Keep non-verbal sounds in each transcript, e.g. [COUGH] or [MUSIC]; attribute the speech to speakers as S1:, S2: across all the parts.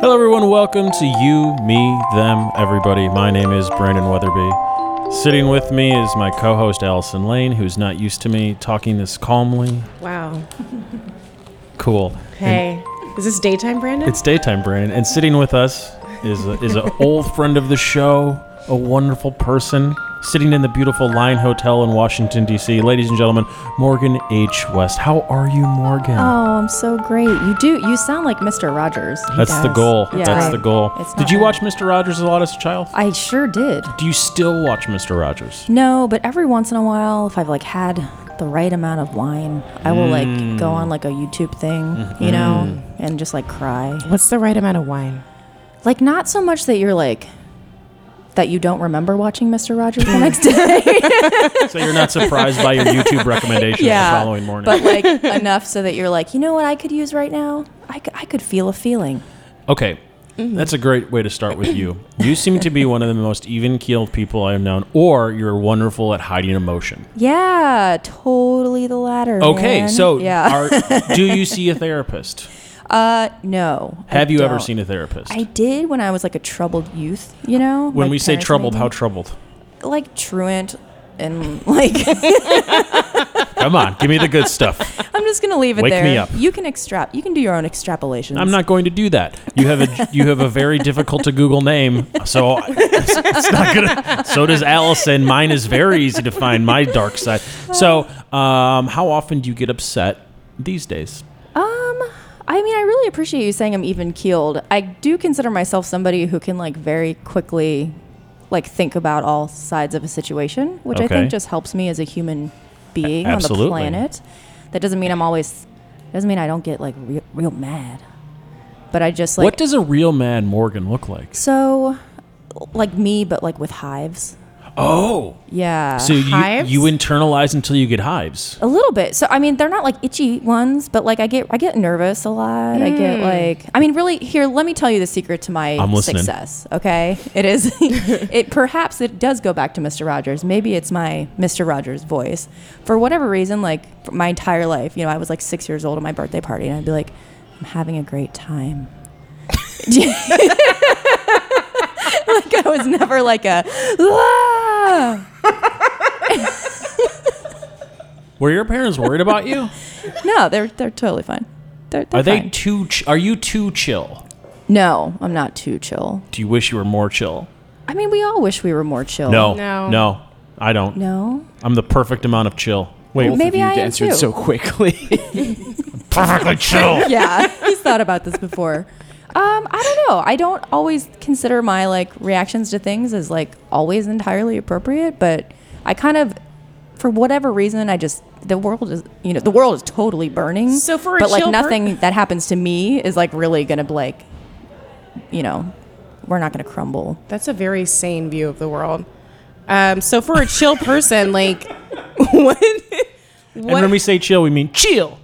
S1: Hello, everyone. Welcome to You, Me, Them, Everybody. My name is Brandon Weatherby. Sitting with me is my co host, Allison Lane, who's not used to me talking this calmly.
S2: Wow.
S1: Cool.
S2: Hey, is this daytime, Brandon?
S1: It's daytime, Brandon. And sitting with us is a, is an old friend of the show, a wonderful person, sitting in the beautiful Line Hotel in Washington, D.C. Ladies and gentlemen, Morgan H. West. How are you, Morgan?
S3: Oh, I'm so great. You do. You sound like Mr. Rogers.
S1: That's the
S2: does.
S1: goal.
S3: Yeah.
S1: That's the goal.
S3: It's not
S1: Did you
S3: bad.
S1: watch Mr. Rogers a lot as a child?
S3: I sure did.
S1: Do you still watch Mr. Rogers?
S3: No, but every once in a while, if I've like had the right amount of wine, I will like
S1: Mm.
S3: go on like a YouTube thing,
S1: Mm-hmm.
S3: you know, and just like cry.
S2: What's the right amount of wine?
S3: Like not so much that you're like that you don't remember watching Mr. Rogers the next
S1: [LAUGHS]
S3: day.
S1: So you're not surprised by your YouTube recommendations the following morning.
S3: But like enough so that you're like, you know what I could use right now? I c- I could feel a feeling.
S1: okay. That's a great way to start with you. You seem to be one of the most even keeled people I have known, or you're wonderful at hiding emotion.
S3: Yeah, totally the latter.
S1: Okay,
S3: man.
S1: so
S3: yeah.
S1: are, do you see a therapist?
S3: Uh, no. [LAUGHS] I
S1: Have you ever
S3: don't.
S1: seen a therapist?
S3: I did when I was like a troubled youth, you know.
S1: when
S3: My
S1: we say
S3: parents
S1: troubled,
S3: made
S1: how
S3: me-
S1: troubled?
S3: like truant and [LAUGHS] like
S1: Come on, give me the good stuff.
S3: I'm just gonna leave it
S1: Wake
S3: there.
S1: me up.
S3: You can extrap. You can do your own extrapolations.
S1: I'm not going to do that. You have a you have a very difficult to Google name, so it's, it's not gonna. So does Allison. Mine is very easy to find. My dark side. So, um, how often do you get upset these days?
S3: Um, I mean, I really appreciate you saying I'm even keeled. I do consider myself somebody who can like very quickly, like think about all sides of a situation, which I
S1: Okay.
S3: think just helps me as a human being
S1: absolutely.
S3: on the planet. That doesn't mean I'm always. Doesn't mean I don't get like real, real mad, but I just like
S1: what does a real mad Morgan look like?
S3: so, like me, but like with hives.
S1: Oh,
S3: Yeah.
S1: so you
S2: hives?
S1: you internalize until you get hives.
S3: a little bit. So I mean, they're not like itchy ones, but like I get I get nervous a lot. I get like I mean, really here, let me tell you the secret to my
S1: I'm listening.
S3: success, okay? It is [LAUGHS] it perhaps it does go back to Mr. Rogers. Maybe it's my Mr. Rogers voice. For whatever reason, like for my entire life, you know, I was like 6 years old at my birthday party and I'd be like, "I'm having a great time." [LAUGHS] like I was never like a "Ah!"
S1: Were your parents worried about you?
S3: No, they're they're totally fine. They're, they're
S1: Are they
S3: fine.
S1: too? Ch- are you too chill?
S3: No, I'm not too chill.
S1: Do you wish you were more chill?
S3: I mean, we all wish we were more chill.
S1: No,
S2: No.
S1: no, I don't.
S3: No.
S1: I'm the perfect amount of chill. Wait,
S3: Both of Maybe you I am answered too. so [LAUGHS]
S4: quickly.
S1: perfectly chill.
S3: Yeah, [LAUGHS] he's thought about this before. Um, I don't know. I don't always consider my like reactions to things as like always entirely appropriate, but I kind of, for whatever reason, I just the world is you know the world is totally burning.
S2: So for a
S3: but like
S2: chill per-
S3: nothing that happens to me is like really gonna like, you know, we're not gonna crumble.
S2: That's a very sane view of the world. Um, so for a
S1: [LAUGHS]
S2: chill person, like what?
S1: And when
S2: What-
S1: we say chill, we mean chill.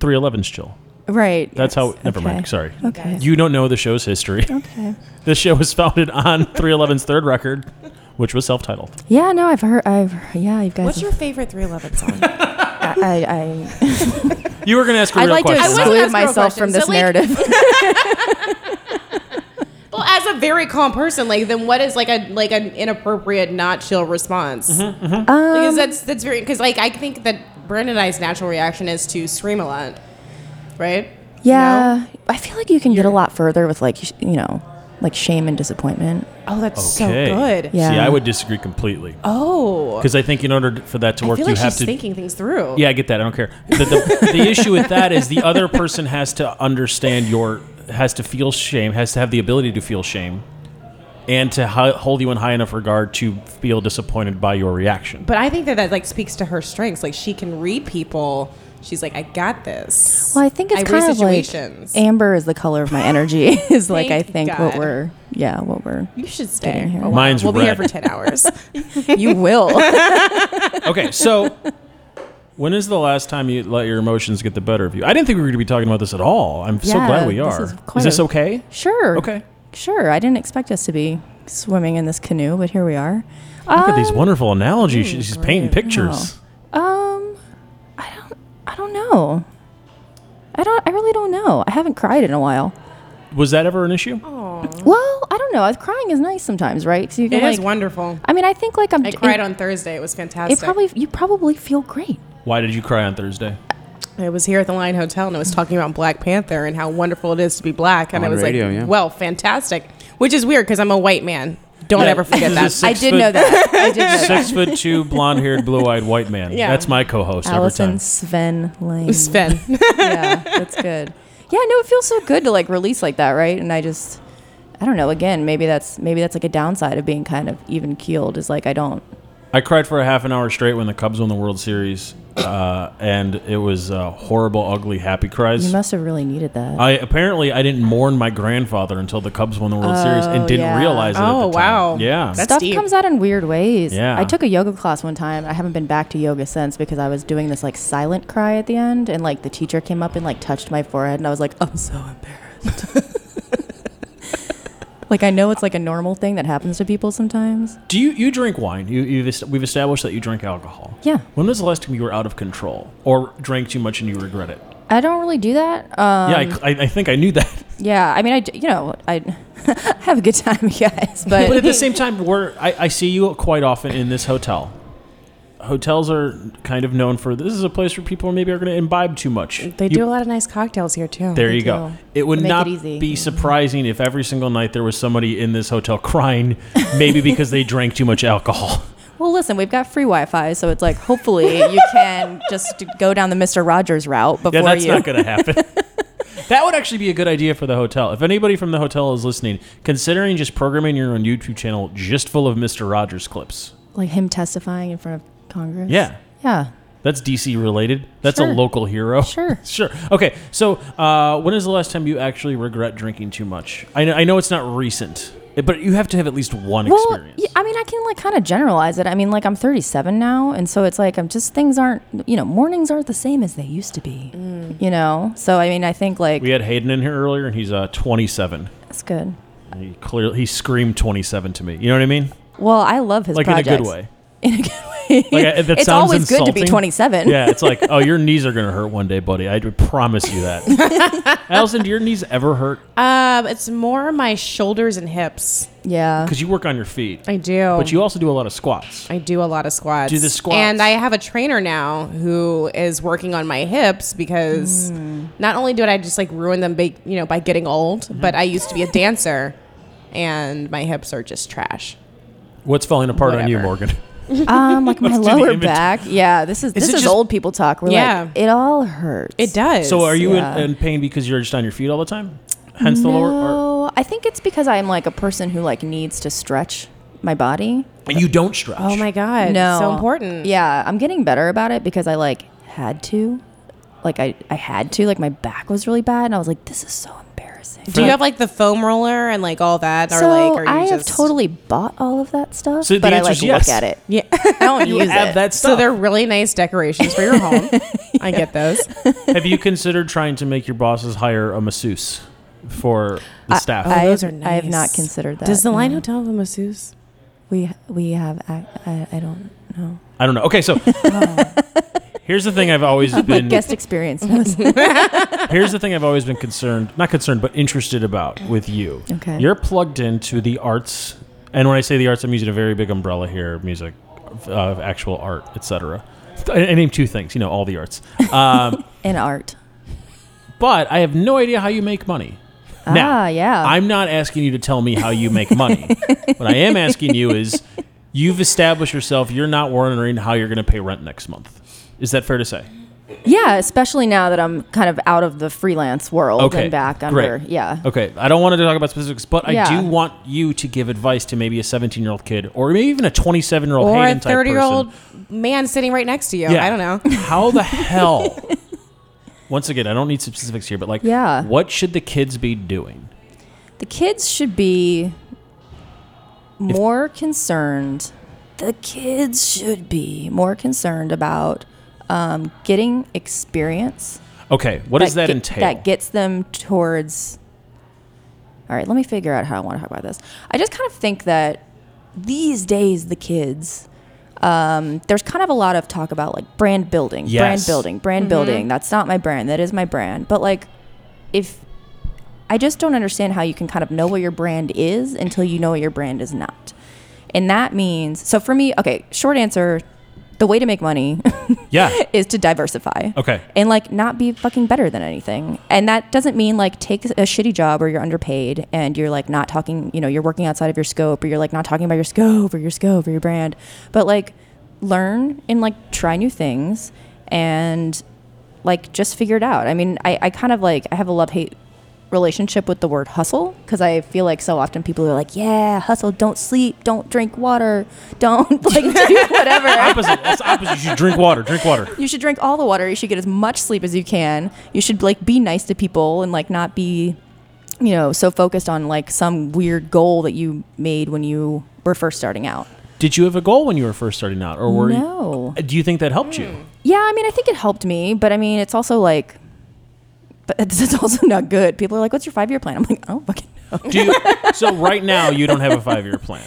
S1: 311's chill.
S3: Right.
S1: That's how. Never
S3: Okay.
S1: mind. Sorry.
S3: Okay.
S1: You don't know the show's history.
S3: Okay.
S1: [LAUGHS] The show was founded on 311's third record, which was self-titled.
S3: Yeah. No, I've heard. I've yeah. You guys.
S2: What's your favorite 311
S1: [LAUGHS]
S2: song?
S3: I, I,
S1: You were going to ask a
S3: I'd
S1: real
S3: like
S1: question.
S3: to
S2: wasn't asking
S3: exclude
S2: real
S3: myself from
S2: questions,
S3: this
S2: so, like- [LAUGHS]
S3: narrative.
S2: well, as a very calm person, like then what is like a like an inappropriate not chill response?
S1: Mm-hmm,
S2: Because that's that's very because like I think that Brandon and I's natural reaction is to scream a lot, right?
S3: yeah, I feel like you can get a lot further with like sh- you know, like shame and disappointment.
S2: Oh, that's
S1: Okay.
S2: so good.
S3: Yeah.
S1: See, I would disagree completely
S2: Oh,
S1: because I think in order for that to
S2: I
S1: work,
S2: feel
S1: you
S2: like
S1: have
S2: she's
S1: to.
S2: thinking things through.
S1: Yeah, I get that. I don't care. The, the, the issue with that is the other person has to understand your has to feel shame, has to have the ability to feel shame, and to hi- hold you in high enough regard to feel disappointed by your reaction.
S2: But I think that that like speaks to her strengths. Like she can read people. She's like, I got this.
S3: Well, I think it's
S2: I read
S3: kind of like
S2: situations.
S3: amber is the color of my energy. [LAUGHS] Is like I
S2: Thank
S3: think
S2: God.
S3: what we're yeah
S2: [LAUGHS]
S3: what we're
S2: you should stay.
S3: Getting here.
S2: a while.
S1: Mine's
S2: we'll
S1: red.
S2: be here for ten
S3: [LAUGHS]
S2: hours.
S3: you will.
S1: Okay, so when is the last time you let your emotions get the better of you? I didn't think we were going to be talking about this at all. I'm so
S3: Yeah,
S1: glad we
S3: this
S1: are.
S3: is
S1: Is,
S3: quite
S1: this
S3: a-
S1: okay?
S3: [LAUGHS] sure.
S1: Okay.
S3: Sure. I didn't expect us to be swimming in this canoe, but here we are.
S1: Look at
S3: Oh,
S1: these wonderful analogies. She's she's painting pictures.
S3: Um, I don't, I don't know. I don't, I really don't know. I haven't cried in a while.
S1: was that ever an issue?
S3: Well, I don't know. Crying is nice sometimes, right? So you
S2: Oh. It
S3: can
S2: is
S3: like.
S2: wonderful.
S3: I mean, I think like I'm.
S2: I cried on Thursday. It was fantastic.
S3: It probably you probably feel great.
S1: Why did you cry on Thursday?
S2: I was here at the Lion Hotel and I was talking about Black Panther and how wonderful it is to be black. And
S4: On
S2: I was
S4: radio,
S2: like,
S4: yeah.
S2: well, fantastic. Which is weird because I'm a white man. Don't
S1: Yeah,
S2: ever
S1: [LAUGHS]
S2: forget
S1: this
S2: that.
S1: is
S3: I
S1: Six
S3: did
S1: foot-
S3: know that. I did know that.
S1: [LAUGHS] Six foot two, blonde haired, blue eyed white man.
S2: Yeah.
S1: That's my co host every
S3: Allison
S1: time.
S3: Sven Lane.
S2: Sven.
S3: [LAUGHS] yeah, that's good. Yeah, no, it feels so good to like release like that, right? And I just, I don't know. Again, maybe that's maybe that's like a downside of being kind of even keeled is like I don't.
S1: I cried for a half an hour straight when the Cubs won the World Series, uh, and it was uh, horrible, ugly, happy cries.
S3: You must have really needed that.
S1: I apparently I didn't mourn my grandfather until the Cubs won the World Series and didn't
S3: Oh, yeah.
S1: realize it. at
S2: Oh,
S1: the time.
S2: wow.
S1: Yeah.
S2: That's-
S3: Stuff
S2: deep.
S3: comes out in weird ways.
S1: Yeah.
S3: I took a yoga class one time. I haven't been back to yoga since because I was doing this like silent cry at the end, and like the teacher came up and like touched my forehead, and I was like, I'm so embarrassed. [LAUGHS] like I know it's like a normal thing that happens to people sometimes.
S1: Do you you drink wine? You you've, est- we've established that you drink alcohol.
S3: Yeah.
S1: When was the last time you were out of control or drank too much and you regret it?
S3: I don't really do that. Um,
S1: yeah, I, I, I think I knew that.
S3: Yeah, I mean, I d- you know, I [LAUGHS] have a good time, [LAUGHS] guys.
S1: But at
S3: But [LAUGHS]
S1: the same time, we're I, I see you quite often in this hotel. Hotels are kind of known for this is a place where people maybe are going to imbibe too much.
S2: They
S1: You-
S2: do a lot of nice cocktails here, too.
S1: There
S3: They
S1: you go.
S3: do.
S1: It would
S3: Make it
S1: not
S3: easy.
S1: be surprising if every single night there was somebody in this hotel crying, maybe because they drank too much alcohol. [LAUGHS]
S3: well, listen, we've got free Wi-Fi, so it's like hopefully you can just go down the Mister Rogers route before
S1: Yeah, that's
S3: you.
S1: not going to
S3: [LAUGHS]
S1: happen. that would actually be a good idea for the hotel. If anybody from the hotel is listening, considering just programming your own YouTube channel just full of Mr. Rogers clips.
S3: Like him testifying in front of Congress.
S1: Yeah.
S3: Yeah.
S1: That's DC related. That's a
S3: Sure.
S1: local hero. [LAUGHS]
S3: Sure.
S1: sure. Okay. So, uh, when is the last time you actually regret drinking too much? I know, I know it's not recent, eh, but you have to have at least one
S3: Well,
S1: experience.
S3: yeah, I mean, I can like kind of generalize it. I mean, like I'm 37 now, and so it's like I'm just things aren't, you know, mornings aren't the same as they used to be.
S2: Mm.
S3: You know, so I mean, I think like
S1: We had Hayden in here earlier, and he's uh, 27.
S3: that's good.
S1: He clearly he screamed 27 to me. You know what I mean?
S3: Well, I love his
S1: Like
S3: projects.
S1: in a good way.
S3: In a good way. [LAUGHS]
S1: Like I- that
S3: it's
S1: sounds
S3: always good to be
S1: insulting.
S3: 27.
S1: Yeah, it's like, oh, your knees are gonna hurt one day, buddy. I do promise you that.
S3: [LAUGHS]
S1: Allison, do your knees ever hurt?
S2: Um, it's more my shoulders and hips.
S3: [LAUGHS]
S1: [LAUGHS]
S3: Yeah.
S1: Because you work on your feet,
S2: I do.
S1: but you also do a lot of squats.
S2: I do a lot of squats.
S1: Do the squats.
S2: And I have a trainer now who is working on my hips because not only did I just like ruin them, big, you know, by getting old, but I used to be a dancer, and my hips are just trash.
S1: What's falling apart on you,
S2: Whatever.
S1: Morgan?
S3: Um, like my
S1: [LAUGHS] Let's do the
S3: lower
S1: inventory.
S3: back. Yeah, this is, this
S1: it
S3: is
S1: just-
S3: old people talk. We're
S2: Yeah.
S3: like, it all hurts.
S2: It does.
S1: So are you
S3: yeah.
S1: in, in pain because you're just on your feet all the time? Hence the lower. Or,
S3: No, I think it's because I'm like a person who like needs to stretch my body.
S1: and you don't stretch.
S2: Oh my god!
S3: No,
S2: so important.
S3: Yeah, I'm getting better about it because I like had to, like I I had to. Like my back was really bad, and I was like, this is so embarrassing.
S2: Do you have like the foam roller and like all that? or
S3: so
S2: like, are you
S3: I have
S2: just-
S3: totally bought all of that stuff,
S1: So the
S3: but I
S1: answer
S3: like
S1: is yes.
S3: look at it.
S2: Yeah.
S3: I don't
S2: [LAUGHS]
S1: You
S3: use
S1: have
S3: it.
S1: that stuff.
S2: so they're really nice decorations for your [LAUGHS] home. I get those.
S1: [LAUGHS] have you considered trying to make your bosses hire a masseuse for the staff?
S3: I,
S2: Oh, those
S3: have-
S2: are
S3: I have not
S2: nice.
S3: considered that.
S2: Does the
S3: no.
S2: Line Hotel have a masseuse?
S3: We we have I I, I don't know.
S1: I don't know. Okay,
S3: [LAUGHS]
S1: so here's the thing I've always been
S2: [LAUGHS]
S3: Guest experience [LAUGHS] knows.
S1: here's the thing I've always been concerned not concerned but interested about with you.
S3: Okay.
S1: You're plugged into the arts, and when I say the arts, I'm using a very big umbrella here: music, uh, actual art, etc. I, I name two things. You know, all the arts.
S3: [LAUGHS]
S1: Um,
S3: In art.
S1: but I have no idea how you make money.
S3: Ah, yeah.
S1: I'm not asking you to tell me how you make money. what I am asking you is, you've established yourself. You're not wondering how you're going to pay rent next month. Is that fair to say?
S3: Yeah, especially now that I'm kind of out of the freelance world
S1: Okay.
S3: and back under.
S1: great.
S3: Yeah.
S1: Okay. I don't want to talk about specifics, but I
S3: Yeah.
S1: do want you to give advice to maybe a 17 year old kid or maybe even a 27 year old
S2: or a
S1: Oh, Hayden type
S2: 30 year old
S1: person.
S2: man sitting right next to you.
S1: Yeah.
S2: I don't
S1: [LAUGHS]
S2: know.
S1: How the hell? Once again, I don't need specifics here, but like,
S3: Yeah.
S1: what should the kids be doing?
S3: The kids should be more concerned. The kids should be more concerned about um, getting experience.
S1: Okay, what does that,
S3: get-
S1: entail?
S3: That gets them towards. All right, let me figure out how I want to talk about this. I just kind of think that these days, the kids, um, there's kind of a lot of talk about like brand building, brand
S1: Yes.
S3: building, brand building. That's not my brand. That is my brand. But like, if I just don't understand how you can kind of know what your brand is until you know what your brand is not. And that means, so for me, okay, short answer the way to make money [LAUGHS]
S1: Yeah.
S3: is to diversify.
S1: Okay.
S3: And like not be fucking better than anything. And that doesn't mean like take a shitty job or you're underpaid and you're like not talking, you know, you're working outside of your scope or you're like not talking about your scope or your scope or your brand. But like learn and like try new things and like just figure it out. I mean, I, I kind of like I have a love hate relationship with the word hustle because I feel like so often people are like, yeah, hustle, don't sleep, don't drink water, don't [LAUGHS] like do whatever.
S1: Opposite. That's opposite. You should drink water. Drink water.
S3: You should drink all the water. You should get as much sleep as you can. You should like be nice to people and like not be, you know, so focused on like some weird goal that you made when you were first starting out.
S1: Did you have a goal when you were first starting out, or were
S3: No.
S1: you? Uh, Do you think that helped you?
S3: Yeah, I mean, I think it helped me, but I mean, it's also like, but [LAUGHS] it's it's also not good. People are like, "What's your five-year plan?" I'm like, "I don't fucking know."
S1: Do you? so right now you don't have a five-year plan.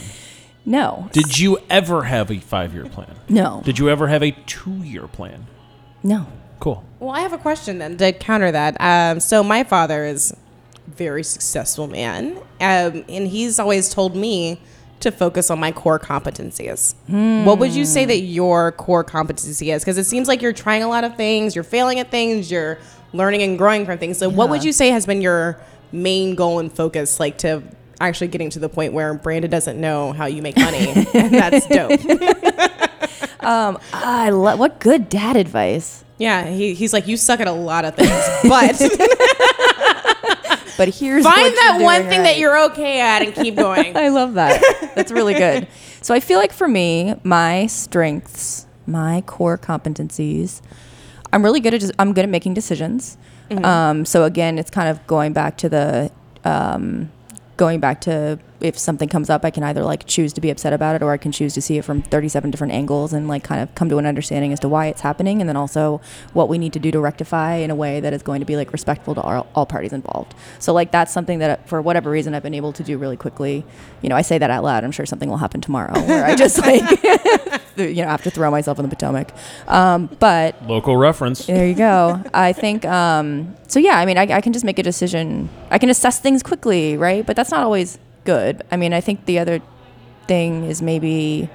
S3: No,
S1: Did you ever have a five-year plan?
S3: no,
S1: Did you ever have a two-year plan?
S3: no.
S1: Cool.
S2: Well, I have a question then to counter that. Um, so my father is a very successful man, um, and he's always told me to focus on my core competencies. What would you say that your core competency is? Because it seems like you're trying a lot of things, you're failing at things, you're learning and growing from things. So, what would
S3: Yeah.
S2: you say has been your main goal and focus, like to actually getting to the point where Brandon doesn't know how you make money, and that's dope.
S3: I love what good dad advice.
S2: Yeah, he, he's like, you suck at a lot of things, but.
S3: But
S2: [LAUGHS]
S3: here's what
S2: Find
S3: you
S2: that
S3: do
S2: one thing
S3: right.
S2: that you're okay at and keep going.
S3: [LAUGHS] I love that. That's really good. So I feel like for me, my strengths, my core competencies, I'm really good at just, I'm good at making decisions. Um, so again, it's kind of going back to the um, going back to if something comes up, I can either like choose to be upset about it or I can choose to see it from 37 different angles and like kind of come to an understanding as to why it's happening and then also what we need to do to rectify in a way that is going to be like respectful to all, all parties involved. So like that's something that for whatever reason I've been able to do really quickly. You know, I say that out loud. I'm sure something will happen tomorrow where I just like [LAUGHS] you know have to throw myself in the Potomac. Um, but
S1: Local reference.
S3: there you go. I think um, so. Yeah, I mean, I, I can just make a decision. I can assess things quickly, right? But that's not always good. I mean, I think the other thing is maybe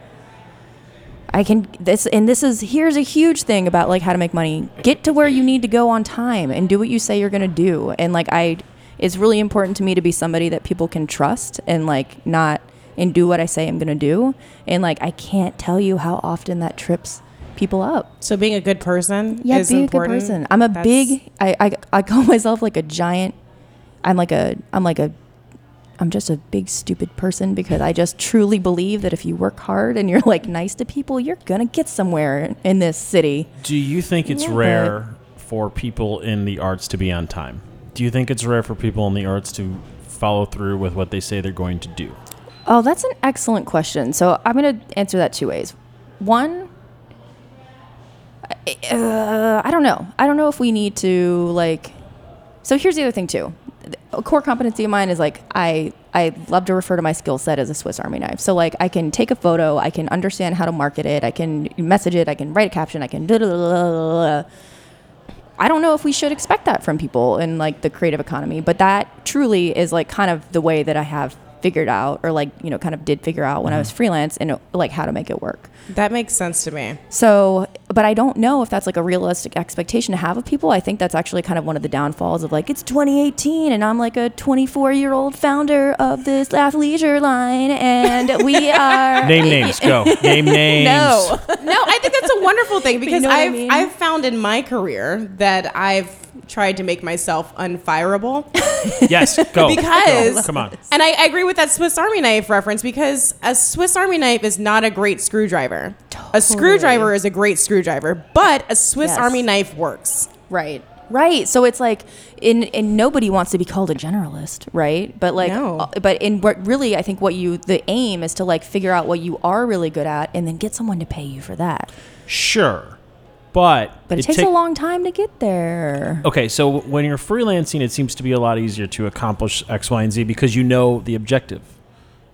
S3: I can this and this is here's a huge thing about like how to make money. Get to where you need to go on time and do what you say you're going to do. And like I it's really important to me to be somebody that people can trust and like not and do what I say I'm going to do. And like I can't tell you how often that trips people up.
S2: [LAUGHS] So being a good person
S3: Yeah,
S2: is
S3: be
S2: important.
S3: a good person. I'm a
S2: That's-
S3: big. I, I I call [LAUGHS] myself like a giant. I'm like a. I'm like a. I'm just a big stupid person because I just truly believe that if you work hard and you're like nice to people, you're gonna get somewhere in this city.
S1: Do you think it's
S3: Yeah, but-
S1: rare for people in the arts to be on time? Do you think it's rare for people in the arts to follow through with what they say they're going to do?
S3: Oh, that's an excellent question. So I'm gonna answer that two ways. One. I- Uh, I don't know. I don't know if we need to like So here's the other thing too. A core competency of mine is like I I love to refer to my skill set as a Swiss Army knife. So like I can take a photo, I can understand how to market it, I can message it, I can write a caption, I can. da-da-da-da-da-da. I don't know if we should expect that from people in like the creative economy, but that truly is like kind of the way that I have figured out or like you know kind of did figure out when I was freelance and like how to make it work.
S2: That makes sense to me.
S3: So, but I don't know if that's like a realistic expectation to have of people. I think that's actually kind of one of the downfalls of like, it's 2018 and I'm like a 24 year old founder of this athleisure line and we are.
S1: Name names.
S3: [LAUGHS]
S1: Go. Name names.
S3: No.
S2: No, I think that's a wonderful
S3: [LAUGHS]
S2: thing because
S3: know what I
S2: I've
S3: mean?
S2: I've found in my career that I've tried to make myself [LAUGHS] unfireable.
S1: Yes.
S3: [LAUGHS]
S1: Go. Go.
S2: Because-
S1: Come on.
S2: And I, I agree with that Swiss Army knife reference because a Swiss Army knife is not a great screwdriver. A screwdriver is a great screwdriver, but a Swiss
S3: Yes.
S2: Army knife works.
S3: Right. Right. So it's like, in and nobody wants to be called a generalist, right? But like,
S2: No.
S3: uh, but in what really, I think what you, the aim is to like figure out what you are really good at and then get someone to pay you for that.
S1: Sure. But,
S3: But it, takes
S1: take- Oh.
S3: a long time to get there.
S1: Okay, so when you're freelancing, it seems to be a lot easier to accomplish X, Y, and Z because you know the objective.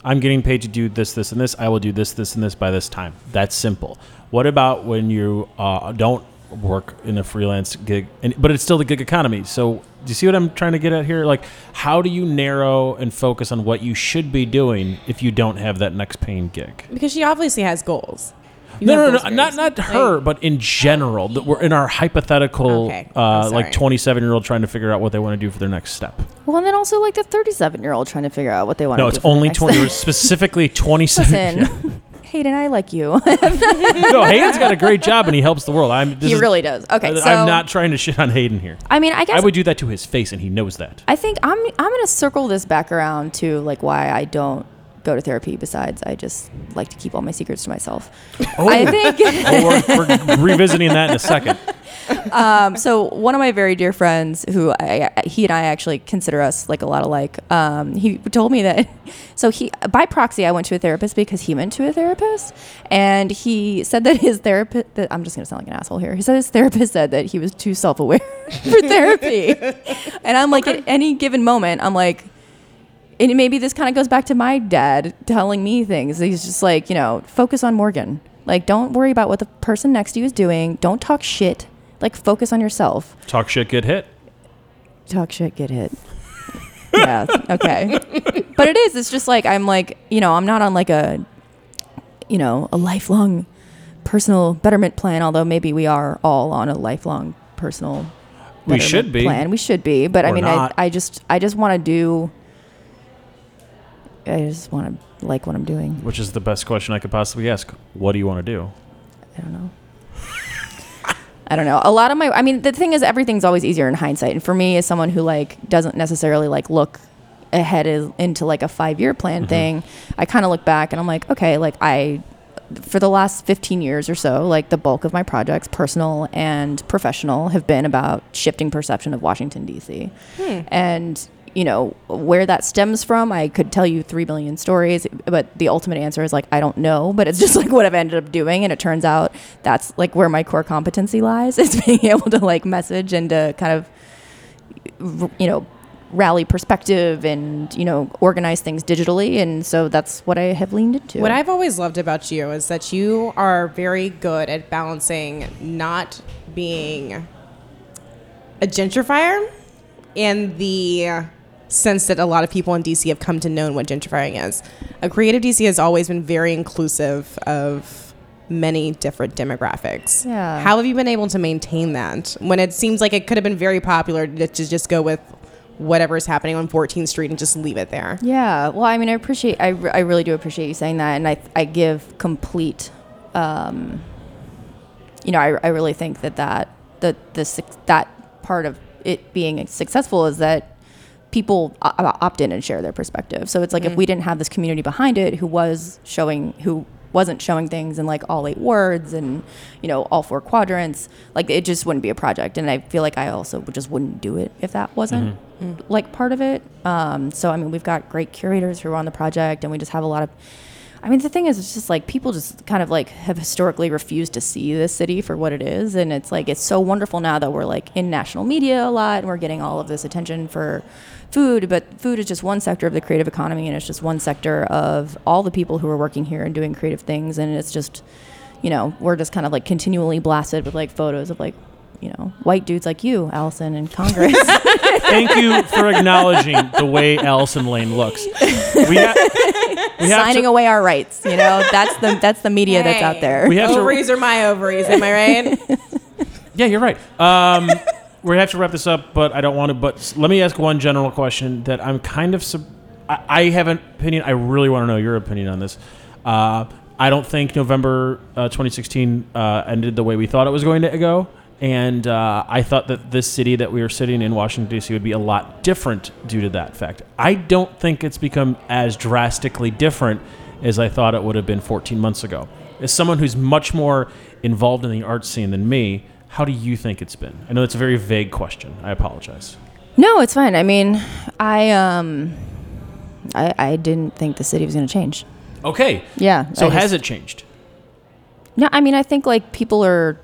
S1: I'm getting paid to do this, this, and this. I will do this, this, and this by this time. That's simple. What about when you uh, don't work in a freelance gig, and, but it's still the gig economy. So do you see what I'm trying to get at here? Like, how do you narrow and focus on what you should be doing if you don't have that next paying gig?
S2: Because she obviously has goals. You
S1: No, no,
S2: have
S1: no,
S2: goals,
S1: not
S2: Grace.
S1: not her,
S3: oh.
S1: but in general, that we're in our hypothetical,
S2: Okay, I'm
S3: Oh,
S1: uh, like
S2: sorry.
S1: 27 year old trying to figure out what they want to do for their next step.
S3: Well, and then also like the 37 year old trying to figure out what they want
S1: No,
S3: to
S1: it's
S3: do. for their
S1: only
S3: next
S1: 20,
S3: life.
S1: or
S3: [LAUGHS]
S1: specifically 27. [LAUGHS] Yeah.
S3: Listen, Hayden, I like you. [LAUGHS]
S1: No, Hayden's got a great job and he helps the world. I'm this
S3: he
S1: is-
S3: really does. Okay, so
S1: I'm not trying to shit on Hayden here.
S3: I mean, I guess
S1: I would do that to his face, and he knows that.
S3: I think I'm I'm gonna circle this back around to like why I don't go to therapy. Besides, I just like to keep all my secrets to myself. I think [LAUGHS]
S1: Well, we're, we're revisiting that in a second.
S3: um, so. One of my very dear friends, who I, he and I actually consider us like a lot alike, um, he told me that. [LAUGHS] So he by proxy, I went to a therapist because he went to a therapist, and he said that his therapist. That, I'm just gonna sound like an asshole here. He said his therapist said that he was too self aware [LAUGHS] for therapy, and I'm like at any given moment, I'm like. and maybe this kind of goes back to my dad telling me things. He's just like, you know, focus on Morgan. Like, don't worry about what the person next to you is doing. Don't talk shit. Like, focus on yourself.
S1: Talk shit, get hit.
S3: Talk shit, get hit. [LAUGHS] yeah. Okay. But it is. It's just like I'm like, you know, I'm not on like a, you know, a lifelong personal betterment plan. Although maybe we are all on a lifelong personal
S1: We
S3: betterment
S1: should be.
S3: plan. We should be, but I
S1: Or
S3: mean,
S1: not.
S3: I, I just I just want to do. I just want to like what I'm doing.
S1: Which is the best question I could possibly ask. What do you want to do?
S3: I don't know. [LAUGHS] I don't know. A lot of my, I mean, the thing is, everything's always easier in hindsight. And for me, as someone who like doesn't necessarily like look ahead is, into like a five year
S1: Mm-hmm.
S3: plan thing, I kind of look back and I'm like, okay, like I, for the last 15 years or so, like the bulk of my projects, personal and professional, have been about shifting perception of Washington, D.C. And, you know, where that stems from, I could tell you 3 billion stories, but the ultimate answer is like, I don't know. But it's [LAUGHS] just like what I've ended up doing. And it turns out that's like where my core competency lies [LAUGHS] is being able to like message and to kind of r- you know rally perspective and you know organize things digitally and so that's what i have leaned into
S2: What I've always loved about you is that you are very good at balancing not being a gentrifier in the sense that a lot of people in DC have come to know what gentrifying is. A creative DC has always been very inclusive of many different demographics.
S3: Yeah.
S2: How have you been able to maintain that when it seems like it could have been very popular to to just go with whatever is happening on 14th Street and just leave it there?
S3: yeah well i mean i appreciate i, re- I really do appreciate you saying that and i i give complete um you know i, I really think that that that the suc- that part of it being successful is that people o- o- opt in and share their perspective so it's like if we didn't have this community behind it who was showing who wasn't showing things in like all eight words and you know all four quadrants like it just wouldn't be a project and i feel like i also would- just wouldn't do it if that wasn't like part of it um, so i mean we've got great curators who are on the project and we just have a lot of I mean, the thing is, it's just like people just kind of like have historically refused to see this city for what it is. And it's like, it's so wonderful now that we're like in national media a lot and we're getting all of this attention for food. But food is just one sector of the creative economy and it's just one sector of all the people who are working here and doing creative things. And it's just, you know, we're just kind of like continually blasted with like photos of like, you know, white dudes like you, Allison, in Congress.
S1: Thank you for acknowledging the way Allison Lane looks. We ha- we have
S3: signing
S1: to-
S3: away our rights. You know, that's the that's the media that's out
S2: Hey.
S3: there.
S1: We have to-
S2: ovaries are my ovaries, am I
S1: [LAUGHS]
S2: right?
S1: Yeah, you're right. Um, [LAUGHS] we have to wrap this up, but I don't want to. But s- let me ask one general question that I'm kind of. Sub- I, I have an opinion. I really want to know your opinion on this. Uh, I don't think November uh, 2016 uh, ended the way we thought it was going to go. And uh, I thought that this city that we were sitting in, Washington, D.C., would be a lot different due to that fact. I don't think it's become as drastically different as I thought it would have been 14 months ago. As someone who's much more involved in the art scene than me, how do you think it's been? I know it's a very vague question. I apologize.
S3: No, it's fine. I mean, I um, I, I didn't think the city was going to change.
S1: Okay.
S3: Yeah.
S1: So
S3: I
S1: has
S3: just-
S1: it changed?
S3: No, I mean, I think like people are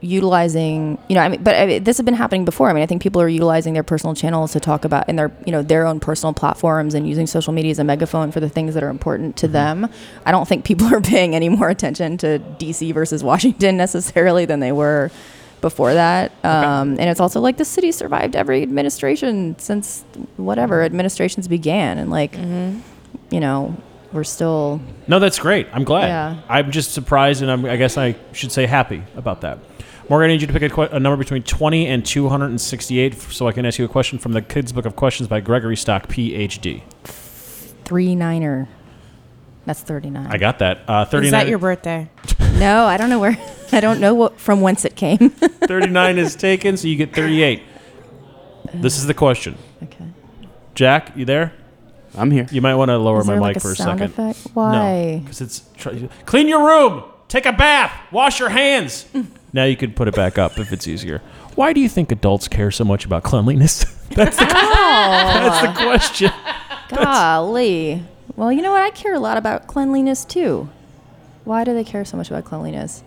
S3: utilizing, you know, I mean, but I, this has been happening before. I mean, I think people are utilizing their personal channels to talk about and their, you know, their own personal platforms and using social media as a megaphone for the things that are important to them. I [LAUGHS] don't think people are paying any more attention to DC versus Washington necessarily than they were before that. Um, And it's also like the city survived every administration since whatever administrations began. And like, you know, we're still
S1: No, that's great. I'm glad.
S3: Yeah.
S1: I'm just surprised, and I'm, I guess I should say happy about that. Morgan, I need you to pick a, que- a number between 20 and 268 f- so I can ask you a question from the Kids Book of Questions by Gregory Stock, PhD.
S3: three niner. That's 39.
S1: I got that. Uh, 39,
S2: Is
S1: [LAUGHS]
S2: that your birthday?
S3: no, I don't know where, [LAUGHS] I don't know what, from whence it came. [LAUGHS]
S1: 39 is taken, so you get 38. This is the question.
S3: okay.
S1: Jack, you there?
S4: I'm here.
S1: You might want to lower
S3: Is
S1: my
S3: there,
S1: mic
S3: like, a
S1: for a
S3: sound
S1: second.
S3: effect?
S1: [LAUGHS]
S3: Why?
S1: No, because it's tr- clean your room, take a bath, wash your hands.
S3: [LAUGHS]
S1: now you can put it back up if it's easier. Why do you think adults care so much about cleanliness? [LAUGHS] that's, the,
S3: Oh.
S1: that's the question.
S3: Golly. Well, you know what? I care a lot about cleanliness too. Why do they care so much about cleanliness?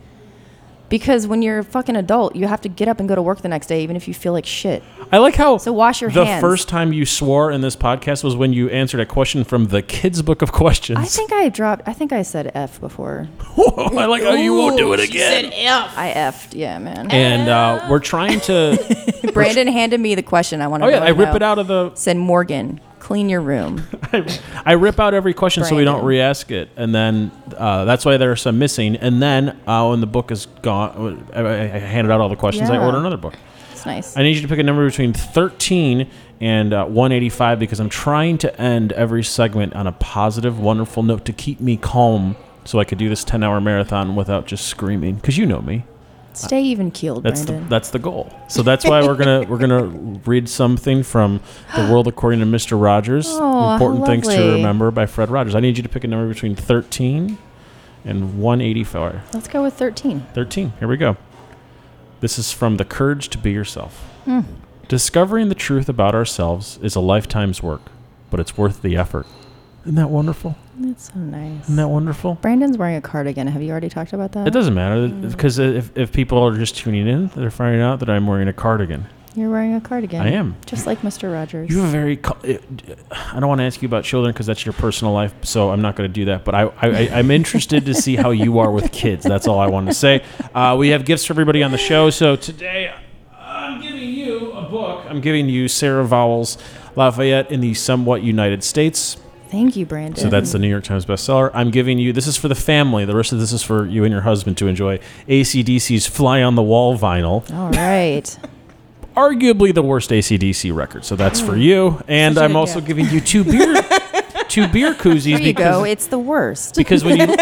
S3: Because when you're a fucking adult, you have to get up and go to work the next day, even if you feel like shit.
S1: I like how.
S3: So wash your
S1: the
S3: hands.
S1: first time you swore in this podcast was when you answered a question from the kids' book of questions.
S3: I think I dropped. I think I said f before.
S1: [LAUGHS] Whoa, I like how you won't do it again.
S2: She said F.
S3: I effed. Yeah, man.
S1: and uh, we're trying to.
S3: [LAUGHS] Brandon handed me the question. I want to.
S1: Oh yeah, I rip it out of the.
S3: Said Morgan, clean your room.
S1: I, I rip out every question so we don't
S3: Brandon.
S1: re-ask it, and then uh, that's why there are some missing. And then uh, when the book is gone, uh, I, I I handed out all the questions. I
S3: Yeah.
S1: order another book.
S3: It's nice.
S1: I need you to pick a number between thirteen and uh, one eighty-five because I'm trying to end every segment on a positive, wonderful note to keep me calm, so I could do this ten-hour marathon without just screaming. Because you know me.
S3: Stay even keeled,
S1: That's the,
S3: Brandon.
S1: that's the goal. So that's why we're gonna we're gonna read something from the world according to Mr.
S3: [GASPS]
S1: Rogers.
S3: Oh,
S1: Important things to
S3: lovely.
S1: remember by Fred Rogers. I need you to pick a number between thirteen and one eighty four.
S3: Let's go with thirteen.
S1: Thirteen. Here we go. This is from the courage to be yourself.
S3: Hmm.
S1: Discovering the truth about ourselves is a lifetime's work, but it's worth the effort. Isn't that wonderful?
S3: That's so nice.
S1: Isn't that wonderful?
S3: Brandon's wearing a cardigan. Have you already talked about that?
S1: It doesn't matter because if, if people are just tuning in, they're finding out that I'm wearing a cardigan.
S3: You're wearing a cardigan.
S1: I am.
S3: Just like Mr. Rogers.
S1: You have a very. co- it- I don't want to ask you about children because that's your personal life, so I'm not going to do that. But I, I, I- I'm interested to see how you are with kids. That's all I wanted to say. Uh, we have gifts for everybody on the show. So today, I'm giving you a book. I'm giving you Sarah Vowell's Lafayette in the Somewhat United States.
S3: Thank you, Brandon.
S1: So that's the New York Times bestseller. I'm giving you this is for the family. The rest of this is for you and your husband to enjoy. ACDC's Fly on the Wall vinyl
S3: All right.
S1: [LAUGHS] arguably the worst ACDC record. So that's for you. And
S2: Such a
S1: I'm
S2: good
S1: also
S2: gift.
S1: giving you two
S3: [LAUGHS]
S1: beer, two beer koozies
S3: There you
S1: because
S3: go. It's the worst.
S1: because
S3: [LAUGHS]
S1: when you be-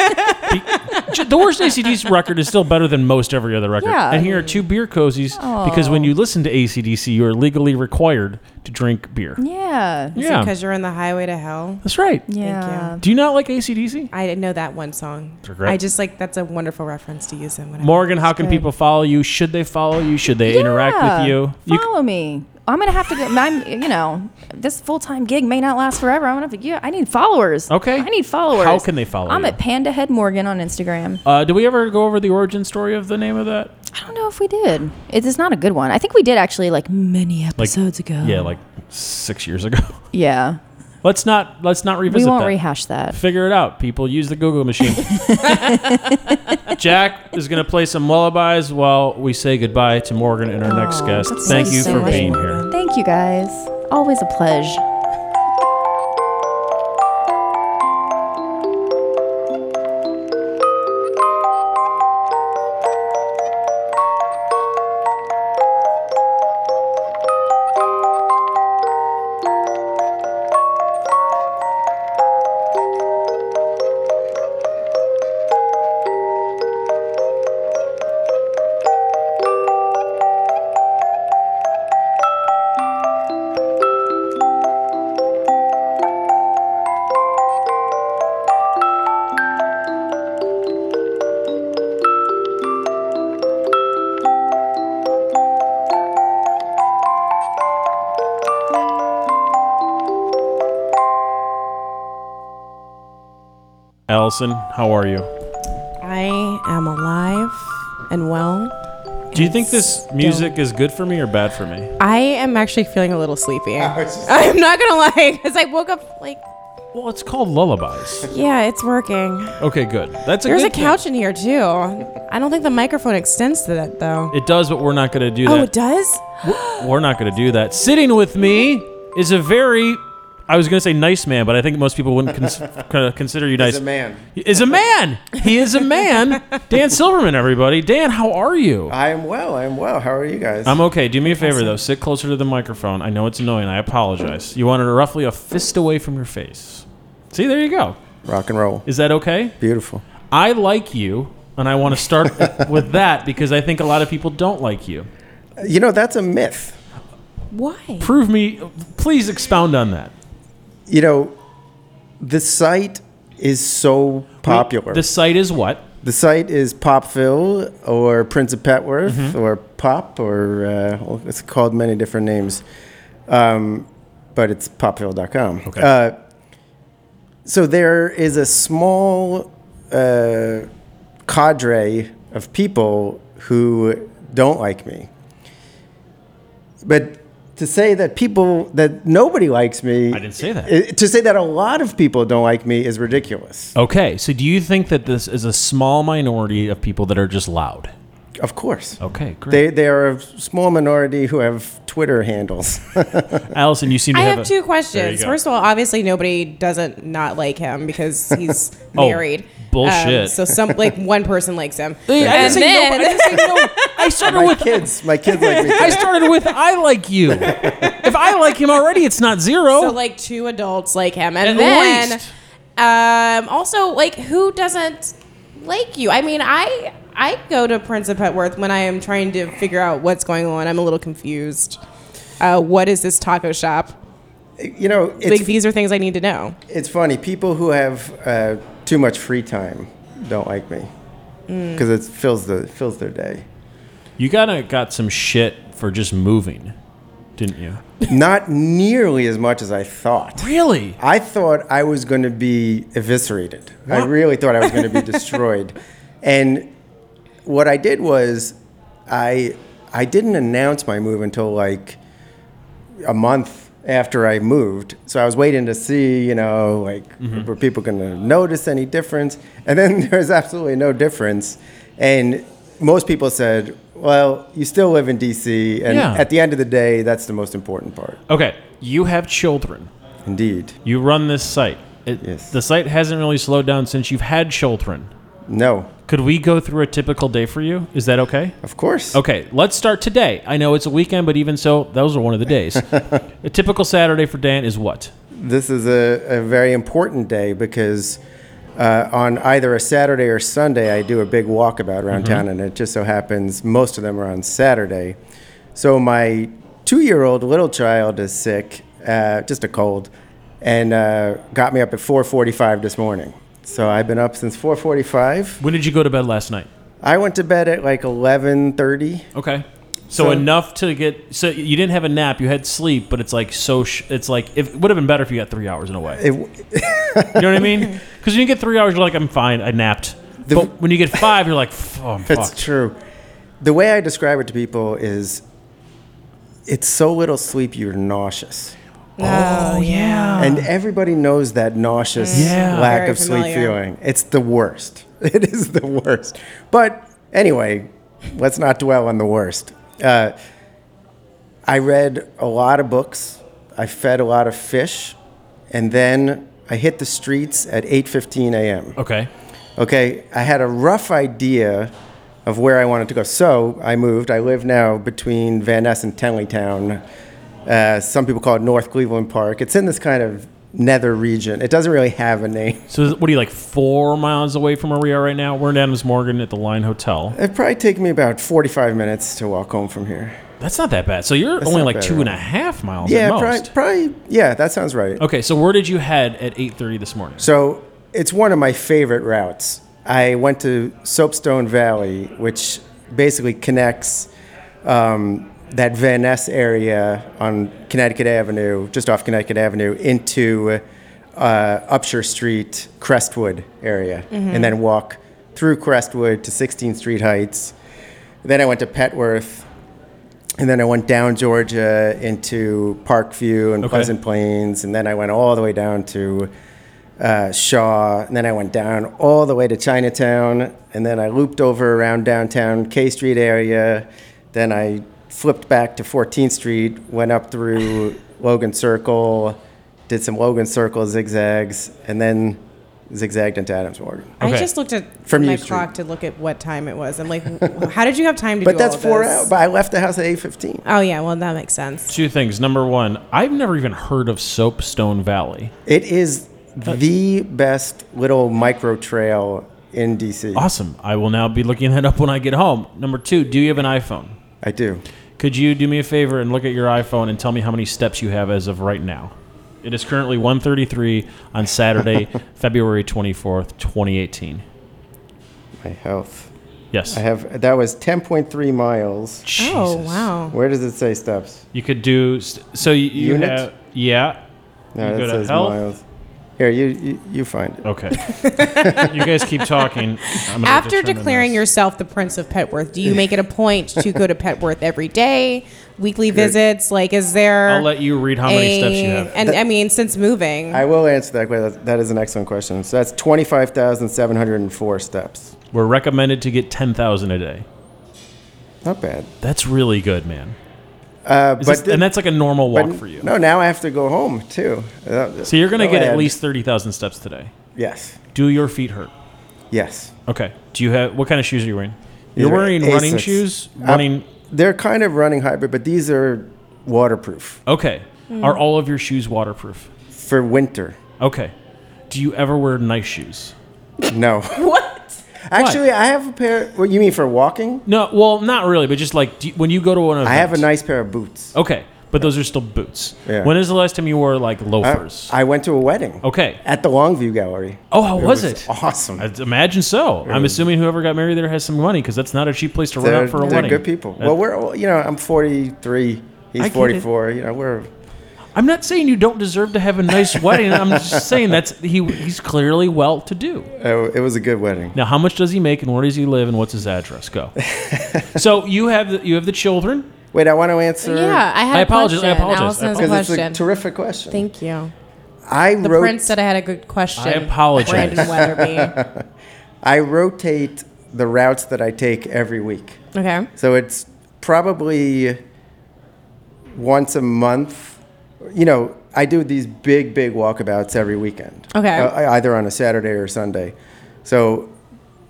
S1: j- the worst ACDC record is still better than most every other record.
S3: Yeah.
S1: And here are two beer cozies because when you listen to ACDC, you are legally required to drink beer.
S3: yeah.
S1: Yeah,
S2: Because you're on the highway to hell.
S1: that's right.
S3: Yeah.
S1: Do you not like ACDC?
S2: I know that one song.
S1: They're great.
S2: I just like that's a wonderful reference to use in whatever.
S1: Morgan, how can
S3: good.
S1: people follow you? Should they follow you? Should they interact
S3: Yeah.
S1: with you? you
S3: Follow me. I'm gonna have to get. I'm. You know, this full time gig may not last forever. I'm gonna have to. Yeah, I need followers.
S1: Okay.
S3: I need followers.
S1: How can they follow
S3: I'm
S1: you?
S3: at Panda Head Morgan on Instagram.
S1: uh, do we ever go over the origin story of the name of that?
S3: I don't know if we did. It is not a good one. I think we did actually like many episodes ago.
S1: Yeah, like six years ago.
S3: yeah.
S1: Let's not let's not
S3: We
S1: revisit
S3: won't
S1: that.
S3: rehash that.
S1: Figure it out, people. Use the Google machine. Jack is going to play some lullabies while we say goodbye to Morgan and our next guest.
S3: that's
S1: Thank
S3: so
S1: you for
S3: sweet.
S1: being here.
S3: Thank you guys. Always a pleasure.
S1: Allison, how are you?
S2: I am alive and well.
S1: Do you think this music is good for me or bad for me?
S2: I am actually feeling a little sleepy. I'm not gonna lie, because I woke up like
S1: Well, it's called lullabies.
S2: Yeah, it's working.
S1: Okay, good. That's a
S2: There's a
S1: good thing.
S2: couch in here too. I don't think the microphone extends to that though.
S1: It does, but we're not going to do
S2: Oh,
S1: that.
S2: it does.
S1: We're not going to do that. Sitting with me is a very, I was going to say nice man, but I think most people wouldn't
S4: [LAUGHS]
S1: cons- kinda consider you nice.
S4: He's a man.
S1: Is a man. He is a man. Dan Silverman, everybody. Dan, how are you?
S4: I am well. I am well. How are you guys?
S1: I'm okay. Do me a favor though. Sit closer to the microphone. I know it's annoying. I apologize. You wanted roughly a fist away from your face. See, there you go.
S4: rock and roll.
S1: Is that okay?
S4: Beautiful.
S1: I like you, and I want to start
S4: [LAUGHS]
S1: with that because I think a lot of people don't like you.
S4: You know, that's a myth.
S3: Why?
S1: Prove me. Please expound on that.
S4: You know, the site is so popular.
S1: The site is what?
S4: the site is Popville or Prince of Petworth
S1: Mm-hmm.
S4: or Pop or uh, well, it's called many different names, um, but it's popville.com.
S1: Okay.
S4: Uh, so there is a small uh, cadre of people who don't like me. But to say that people, that nobody likes me.
S1: I didn't say that.
S4: i- To say that a lot of people don't like me is ridiculous.
S1: Okay. So do you think that this is a small minority of people that are just loud?
S4: Of course.
S1: Okay, great.
S4: They, they are a small minority who have Twitter handles. [LAUGHS]
S1: Allison, you seem to
S2: I
S1: have,
S2: have
S1: a-
S2: two
S1: There you
S2: questions.
S1: go.
S2: First of all, obviously nobody doesn't not like him because he's
S1: [LAUGHS] Oh,
S2: married. Um,
S1: bullshit.
S2: so some like one person
S1: [LAUGHS]
S2: likes him.
S1: Hey, I didn't
S2: and
S1: say no. I
S2: then
S1: didn't say no. I started
S4: my
S1: with
S4: kids, my kids like me.
S1: I started with I like
S2: [LAUGHS]
S1: you. If I like him already, it's not zero.
S2: [LAUGHS] so like two adults like him, and
S1: Oh. At
S2: then
S1: least.
S2: um also like who doesn't like you? I mean, I I go to Prince of Petworth when I am trying to figure out what's going on. I'm a little confused. Uh, what is this taco shop?
S4: You know,
S2: Like
S4: it's,
S2: these are things I need to know.
S4: it's funny. People who have uh, too much free time don't like me because it fills the fills their day.
S1: you gotta got some shit for just moving, didn't you?
S4: Not nearly as much as I thought.
S1: Really?
S4: I thought I was going to be eviscerated. I really thought I was going to be destroyed. And what I did was I I didn't announce my move until like a month after I moved. So I was waiting to see, you know, like were people going to notice any difference? And then [LAUGHS] there's absolutely no difference. And most people said, "Well, you still live in DC and
S1: Yeah.
S4: at the end of the day, that's the most important part."
S1: Okay. You have children.
S4: Indeed.
S1: You run this site. It,
S4: Yes.
S1: The site hasn't really slowed down since you've had children.
S4: No.
S1: Could we go through a typical day for you? Is that okay?
S4: Of course.
S1: Okay, let's start today. I know it's a weekend, but even so, those are one of the days. a typical Saturday for Dan is what?
S4: This is a, a very important day because uh, on either a Saturday or Sunday, I do a big walkabout around town, and it just so happens most of them are on Saturday. So my two year old little child is sick, uh, just a cold, and uh, got me up at 4:45 this morning. So I've been up since 4:45.
S1: When did you go to bed last night?
S4: I went to bed at like 11:30.
S1: Okay. So,
S4: So-
S1: enough to get. So you didn't have a nap. You had sleep, but it's like so. Sh- it's like if, it would have been better if you got three hours in a way.
S4: It w-
S1: [LAUGHS] You know what I mean? Because when you get three hours, you're like, I'm fine. I napped.
S4: The-
S1: but when you get five, you're like, "F- oh, I'm
S4: That's
S1: fucked.
S4: true. The way I describe it to people is it's so little sleep you're nauseous.
S1: Oh yeah.
S4: and everybody knows that nauseous
S1: Yeah.
S4: lack
S2: Very
S4: of sleep
S2: familiar.
S4: feeling. It's the worst. [LAUGHS] It is the worst. But anyway, let's not dwell on the worst. Uh, I read a lot of books. I fed a lot of fish, and then I hit the streets at 8:15 a.m.
S1: Okay.
S4: Okay, I had a rough idea of where I wanted to go. So I moved. I live now between Van Ness and Tenleytown. Uh, some people call it North Cleveland Park. It's in this kind of nether region. It doesn't really have a name. [LAUGHS]
S1: So is- what are you like four miles away from where we are right now? We're in Adams Morgan at the Line Hotel.
S4: It'd probably take me about 45 minutes to walk home from here.
S1: That's not that bad. So you're only
S4: not
S1: like
S4: bad
S1: two
S4: at
S1: and a
S4: all.
S1: half miles
S4: yeah,
S1: at most.
S4: probably, probably. Yeah, that sounds right.
S1: Okay, so where did you head at 8:30 this morning?
S4: So it's one of my favorite routes. I went to Soapstone Valley, which basically connects um, that Van Ness area on Connecticut Avenue, just off Connecticut Avenue, into uh, Upshur Street, Crestwood area, and then walk through Crestwood to 16th Street Heights. Then I went to Petworth, and then I went down Georgia into Parkview and
S1: Okay.
S4: Pleasant Plains, and then I went all the way down to uh, Shaw, and then I went down all the way to Chinatown, and then I looped over around downtown K Street area. Then I flipped back to 14th Street, went up through
S2: [LAUGHS]
S4: Logan Circle, did some Logan Circle zigzags, and then zigzagged into Adams Morgan.
S1: Okay.
S2: I just looked at
S4: From
S2: my
S4: U Street.
S2: clock to look at what time it was. I'm like, w- how did you
S1: [LAUGHS]
S2: have time to
S4: But
S2: do
S4: that's
S2: all
S4: four
S2: this?
S4: hours. But I left the house at 8:15.
S2: Oh, yeah. Well, that makes sense.
S1: Two things. Number one, I've never even heard of Soapstone Valley.
S4: It is
S1: Uh,
S4: the best little micro trail in DC.
S1: Awesome. I will now be looking that up when I get home. Number two, do you have an iPhone?
S4: I do.
S1: Could you do me a favor and look at your iPhone and tell me how many steps you have as of right now? It is currently 133 on Saturday,
S4: [LAUGHS]
S1: February 24th, 2018.
S4: My health.
S1: Yes.
S4: I have. That was 10.3 miles.
S2: Oh,
S1: Jesus.
S2: wow.
S4: Where does it say steps?
S1: You could do s- so. You, you
S4: Unit?
S1: have yeah.
S4: No,
S1: You go
S4: that
S1: to
S4: says
S1: health?
S4: miles. Here, you, you you find it.
S1: Okay. you guys keep talking. I'm gonna
S2: After
S1: determine
S2: declaring
S1: this.
S2: yourself the Prince of Petworth, do you make it a point to go to Petworth every day, weekly visits? Like, is there.
S1: I'll let you read how many steps you
S2: a-
S1: have.
S2: And I mean, since moving,
S4: I will answer that question. That is an excellent question. So that's 25,704 steps.
S1: We're recommended to get 10,000 a day.
S4: Not bad.
S1: That's really good, man.
S4: Uh,
S1: Is
S4: but
S1: this- and that's like a normal
S4: but
S1: walk for you.
S4: No, now I have to go home too. Uh,
S1: so you're going to
S4: no
S1: get
S4: ad.
S1: at least 30,000 steps today.
S4: yes,
S1: Do your feet hurt?
S4: yes.
S1: Okay. Do you have what kind of shoes are you wearing? You're
S4: These are
S1: wearing running
S4: Asics.
S1: shoes?
S4: Uh,
S1: Running
S4: they're kind of running hybrid, but these are waterproof
S1: Okay.
S2: Hmm.
S1: Are all of your shoes waterproof?
S4: for winter.
S1: Okay. Do you ever wear nice shoes? [LAUGHS]
S4: No,
S2: what?
S4: actually, I have a pair. What you mean for walking?
S1: No, well, not really, but just like do you, when you go to an event.
S4: I have a nice pair of boots.
S1: Okay, but those are still boots.
S4: Yeah.
S1: When is the last time you wore like
S4: I-
S1: loafers?
S4: I, went to a wedding.
S1: okay.
S4: At the Longview Gallery.
S1: Oh, how was it?
S4: Awesome.
S1: I imagine so. I'm assuming whoever got married there has some money because that's not a cheap place to run
S4: they're
S1: out for a
S4: they're
S1: wedding.
S4: good people.
S1: Uh,
S4: Well, we're all- you know I'm
S1: I
S4: 43. He's
S1: get it.
S4: 44. You know we're
S1: I'm not saying you don't deserve to have a
S4: [LAUGHS]
S1: nice wedding. I'm just saying that's he. He's clearly well-to-do.
S4: uh, it was a good wedding.
S1: Now, how much does he make, and where does he live, and what's his address?
S4: [LAUGHS]
S1: Go. so you have the, you have the children.
S4: Wait, I want to answer.
S2: Yeah, I had
S1: I
S2: a
S1: apologize, I
S2: question.
S1: apologize, I
S2: Allison's
S4: because it's a
S2: question.
S4: terrific question.
S2: Thank you.
S4: I
S2: The
S4: wrote.
S2: prince said I had a good question.
S1: I apologize. [LAUGHS]
S2: Brandon Weatherby.
S4: I rotate the routes that I take every week.
S2: Okay.
S4: So it's probably once a month. You know, I do these big, big walkabouts every weekend.
S2: Okay.
S4: Uh, either on a Saturday or Sunday. So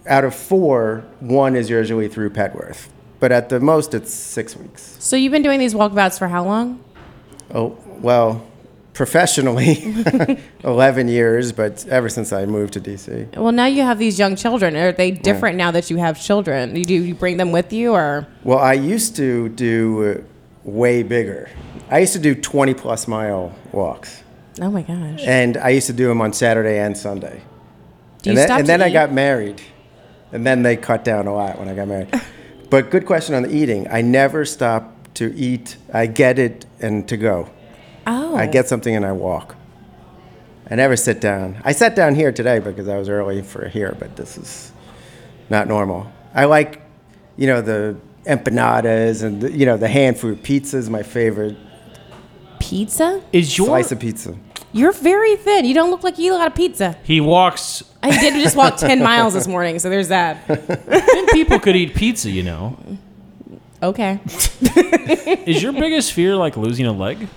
S4: out of four, one is usually through Petworth. But at the most, it's six weeks.
S2: So you've been doing these walkabouts for how long?
S4: Oh, well, professionally, [LAUGHS] 11 years, but ever since I moved to DC.
S2: Well, now you have these young children. Are they different now that you have children? You, do you bring them with you, or
S4: Well, I used to do uh, way bigger. I used to do 20 plus mile walks.
S2: oh my gosh,
S4: And I used to do them on Saturday and Sunday.
S2: do you
S4: and then,
S2: stop
S4: and
S2: to
S4: then I
S2: eat?
S4: got married. And then they cut down a lot when I got married. but good question on the eating. I never stop to eat. I get it and to go.
S2: oh
S4: I get something and I walk. I never sit down. I sat down here today because I was early for here, but this is not normal. I like, you know, the empanadas and, the, you know, the hand food. Pizza is my favorite
S2: pizza.
S1: Is your
S4: slice of pizza.
S2: You're very thin. You don't look like you eat a lot of pizza.
S1: he walks?
S2: I did just walk
S4: [LAUGHS]
S2: ten miles this morning, so there's that.
S1: Then people could eat pizza, you know.
S2: Okay.
S1: Is your biggest fear like losing a leg?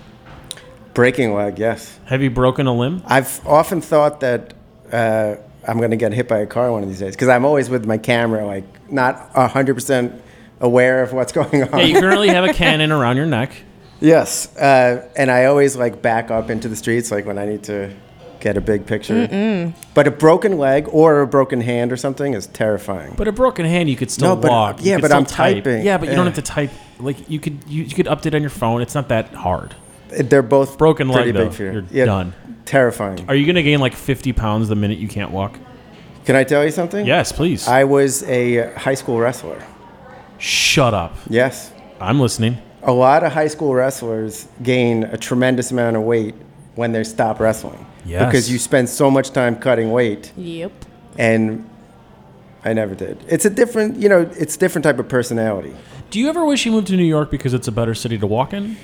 S4: Breaking leg, yes.
S1: Have you broken a limb?
S4: I've often thought that uh, I'm going to get hit by a car one of these days because I'm always with my camera, like not 100% aware of what's [LAUGHS] going on.
S1: Yeah, you currently have a cannon around your neck.
S4: yes. Uh, and I always like back up into the streets, like when I need to get a big picture. But a broken leg or a broken hand or something is terrifying.
S1: But a broken hand, you could still
S4: No, but-
S1: walk. You
S4: yeah,
S1: could
S4: but
S1: still
S4: I'm
S1: type.
S4: typing.
S1: Yeah, but you don't
S4: Yeah.
S1: have to type. Like you could you, you could update on your phone. It's not that hard.
S4: They're both
S1: Broken leg,
S4: pretty
S1: though.
S4: big fear.
S1: You're done.
S4: Terrifying.
S1: Are you going to gain like 50 pounds the minute you can't walk?
S4: Can I tell you something?
S1: Yes, please.
S4: I was a high school wrestler.
S1: Shut up.
S4: Yes.
S1: I'm listening.
S4: A lot of high school wrestlers gain a tremendous amount of weight when they stop wrestling.
S1: Yes.
S4: Because you spend so much time cutting weight
S2: yep.
S4: and I never did. It's a different, you know, it's different type of personality.
S1: Do you ever wish you moved to New York because it's a better city to walk in?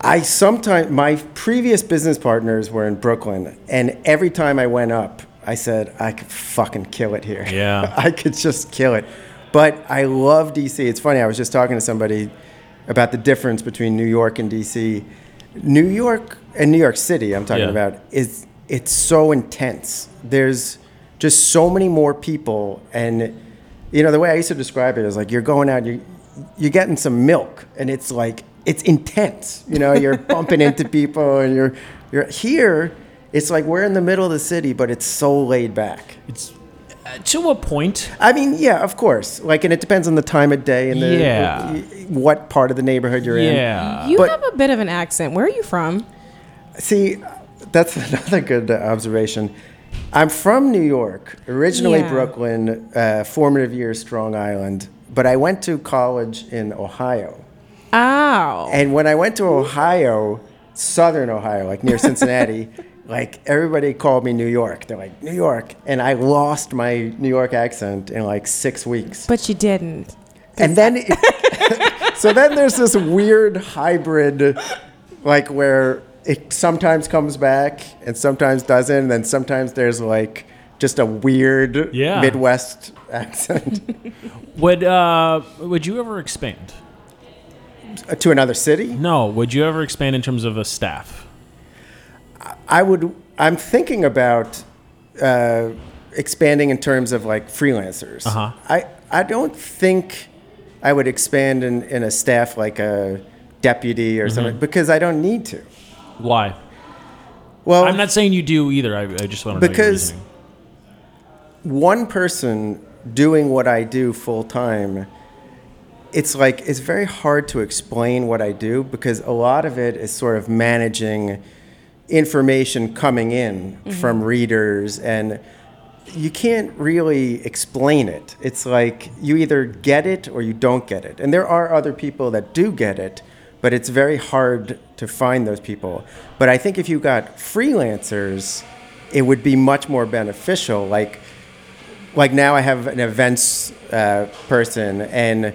S4: I sometimes my previous business partners were in Brooklyn, and every time I went up, I said I could fucking kill it here. [LAUGHS]
S1: Yeah.
S4: I could just kill it. But I love DC. It's funny. I was just talking to somebody about the difference between New York and DC. New York and New York City, I'm talking
S1: Yeah.
S4: about, is it's so intense. There's just so many more people, and you know the way I used to describe it is like you're going out, you you're getting some milk, and it's like it's intense. You know, you're bumping into people, and you're you're here. It's like we're in the middle of the city, but it's so laid back.
S1: It's uh, to a point.
S4: I mean, yeah, of course. Like, and it depends on the time of day and the,
S1: Yeah.
S4: what part of the neighborhood you're in.
S1: Yeah.
S2: You
S4: But-
S2: have a bit of an accent. Where are you from?
S4: See, that's [LAUGHS] another good uh, observation. I'm from New York, originally
S2: Yeah.
S4: Brooklyn, uh, formative years Strong Island, but I went to college in Ohio.
S2: Oh.
S4: And when I went to Ohio, Southern Ohio,
S1: [LAUGHS]
S4: like near Cincinnati, like everybody called me New York. They're like, New York. And I lost my New York accent in like six weeks.
S2: But you didn't.
S4: and then it- [LAUGHS] so then there's this weird hybrid like where it sometimes comes back and sometimes doesn't and then sometimes there's like just a weird
S1: Yeah.
S4: midwest accent
S1: Would uh would you ever expand?
S4: to another city
S1: No. Would you ever expand in terms of a staff?
S4: i would i'm thinking about uh, expanding in terms of like freelancers
S1: Uh-huh.
S4: i i don't think i would expand in, in a staff like a deputy
S1: Mm-hmm.
S4: or something because i don't need to
S1: Why?
S4: well
S1: I'm not saying you do either. I, I just want to know your
S4: Because-
S1: reasoning.
S4: one person doing what I do full time, it's like it's very hard to explain what I do because a lot of it is sort of managing information coming in from readers and you can't really explain it. It's like you either get it or you don't get it. And there are other people that do get it, but it's very hard to find those people. But I think if you got freelancers, it would be much more beneficial. Like like now I have an events uh, person and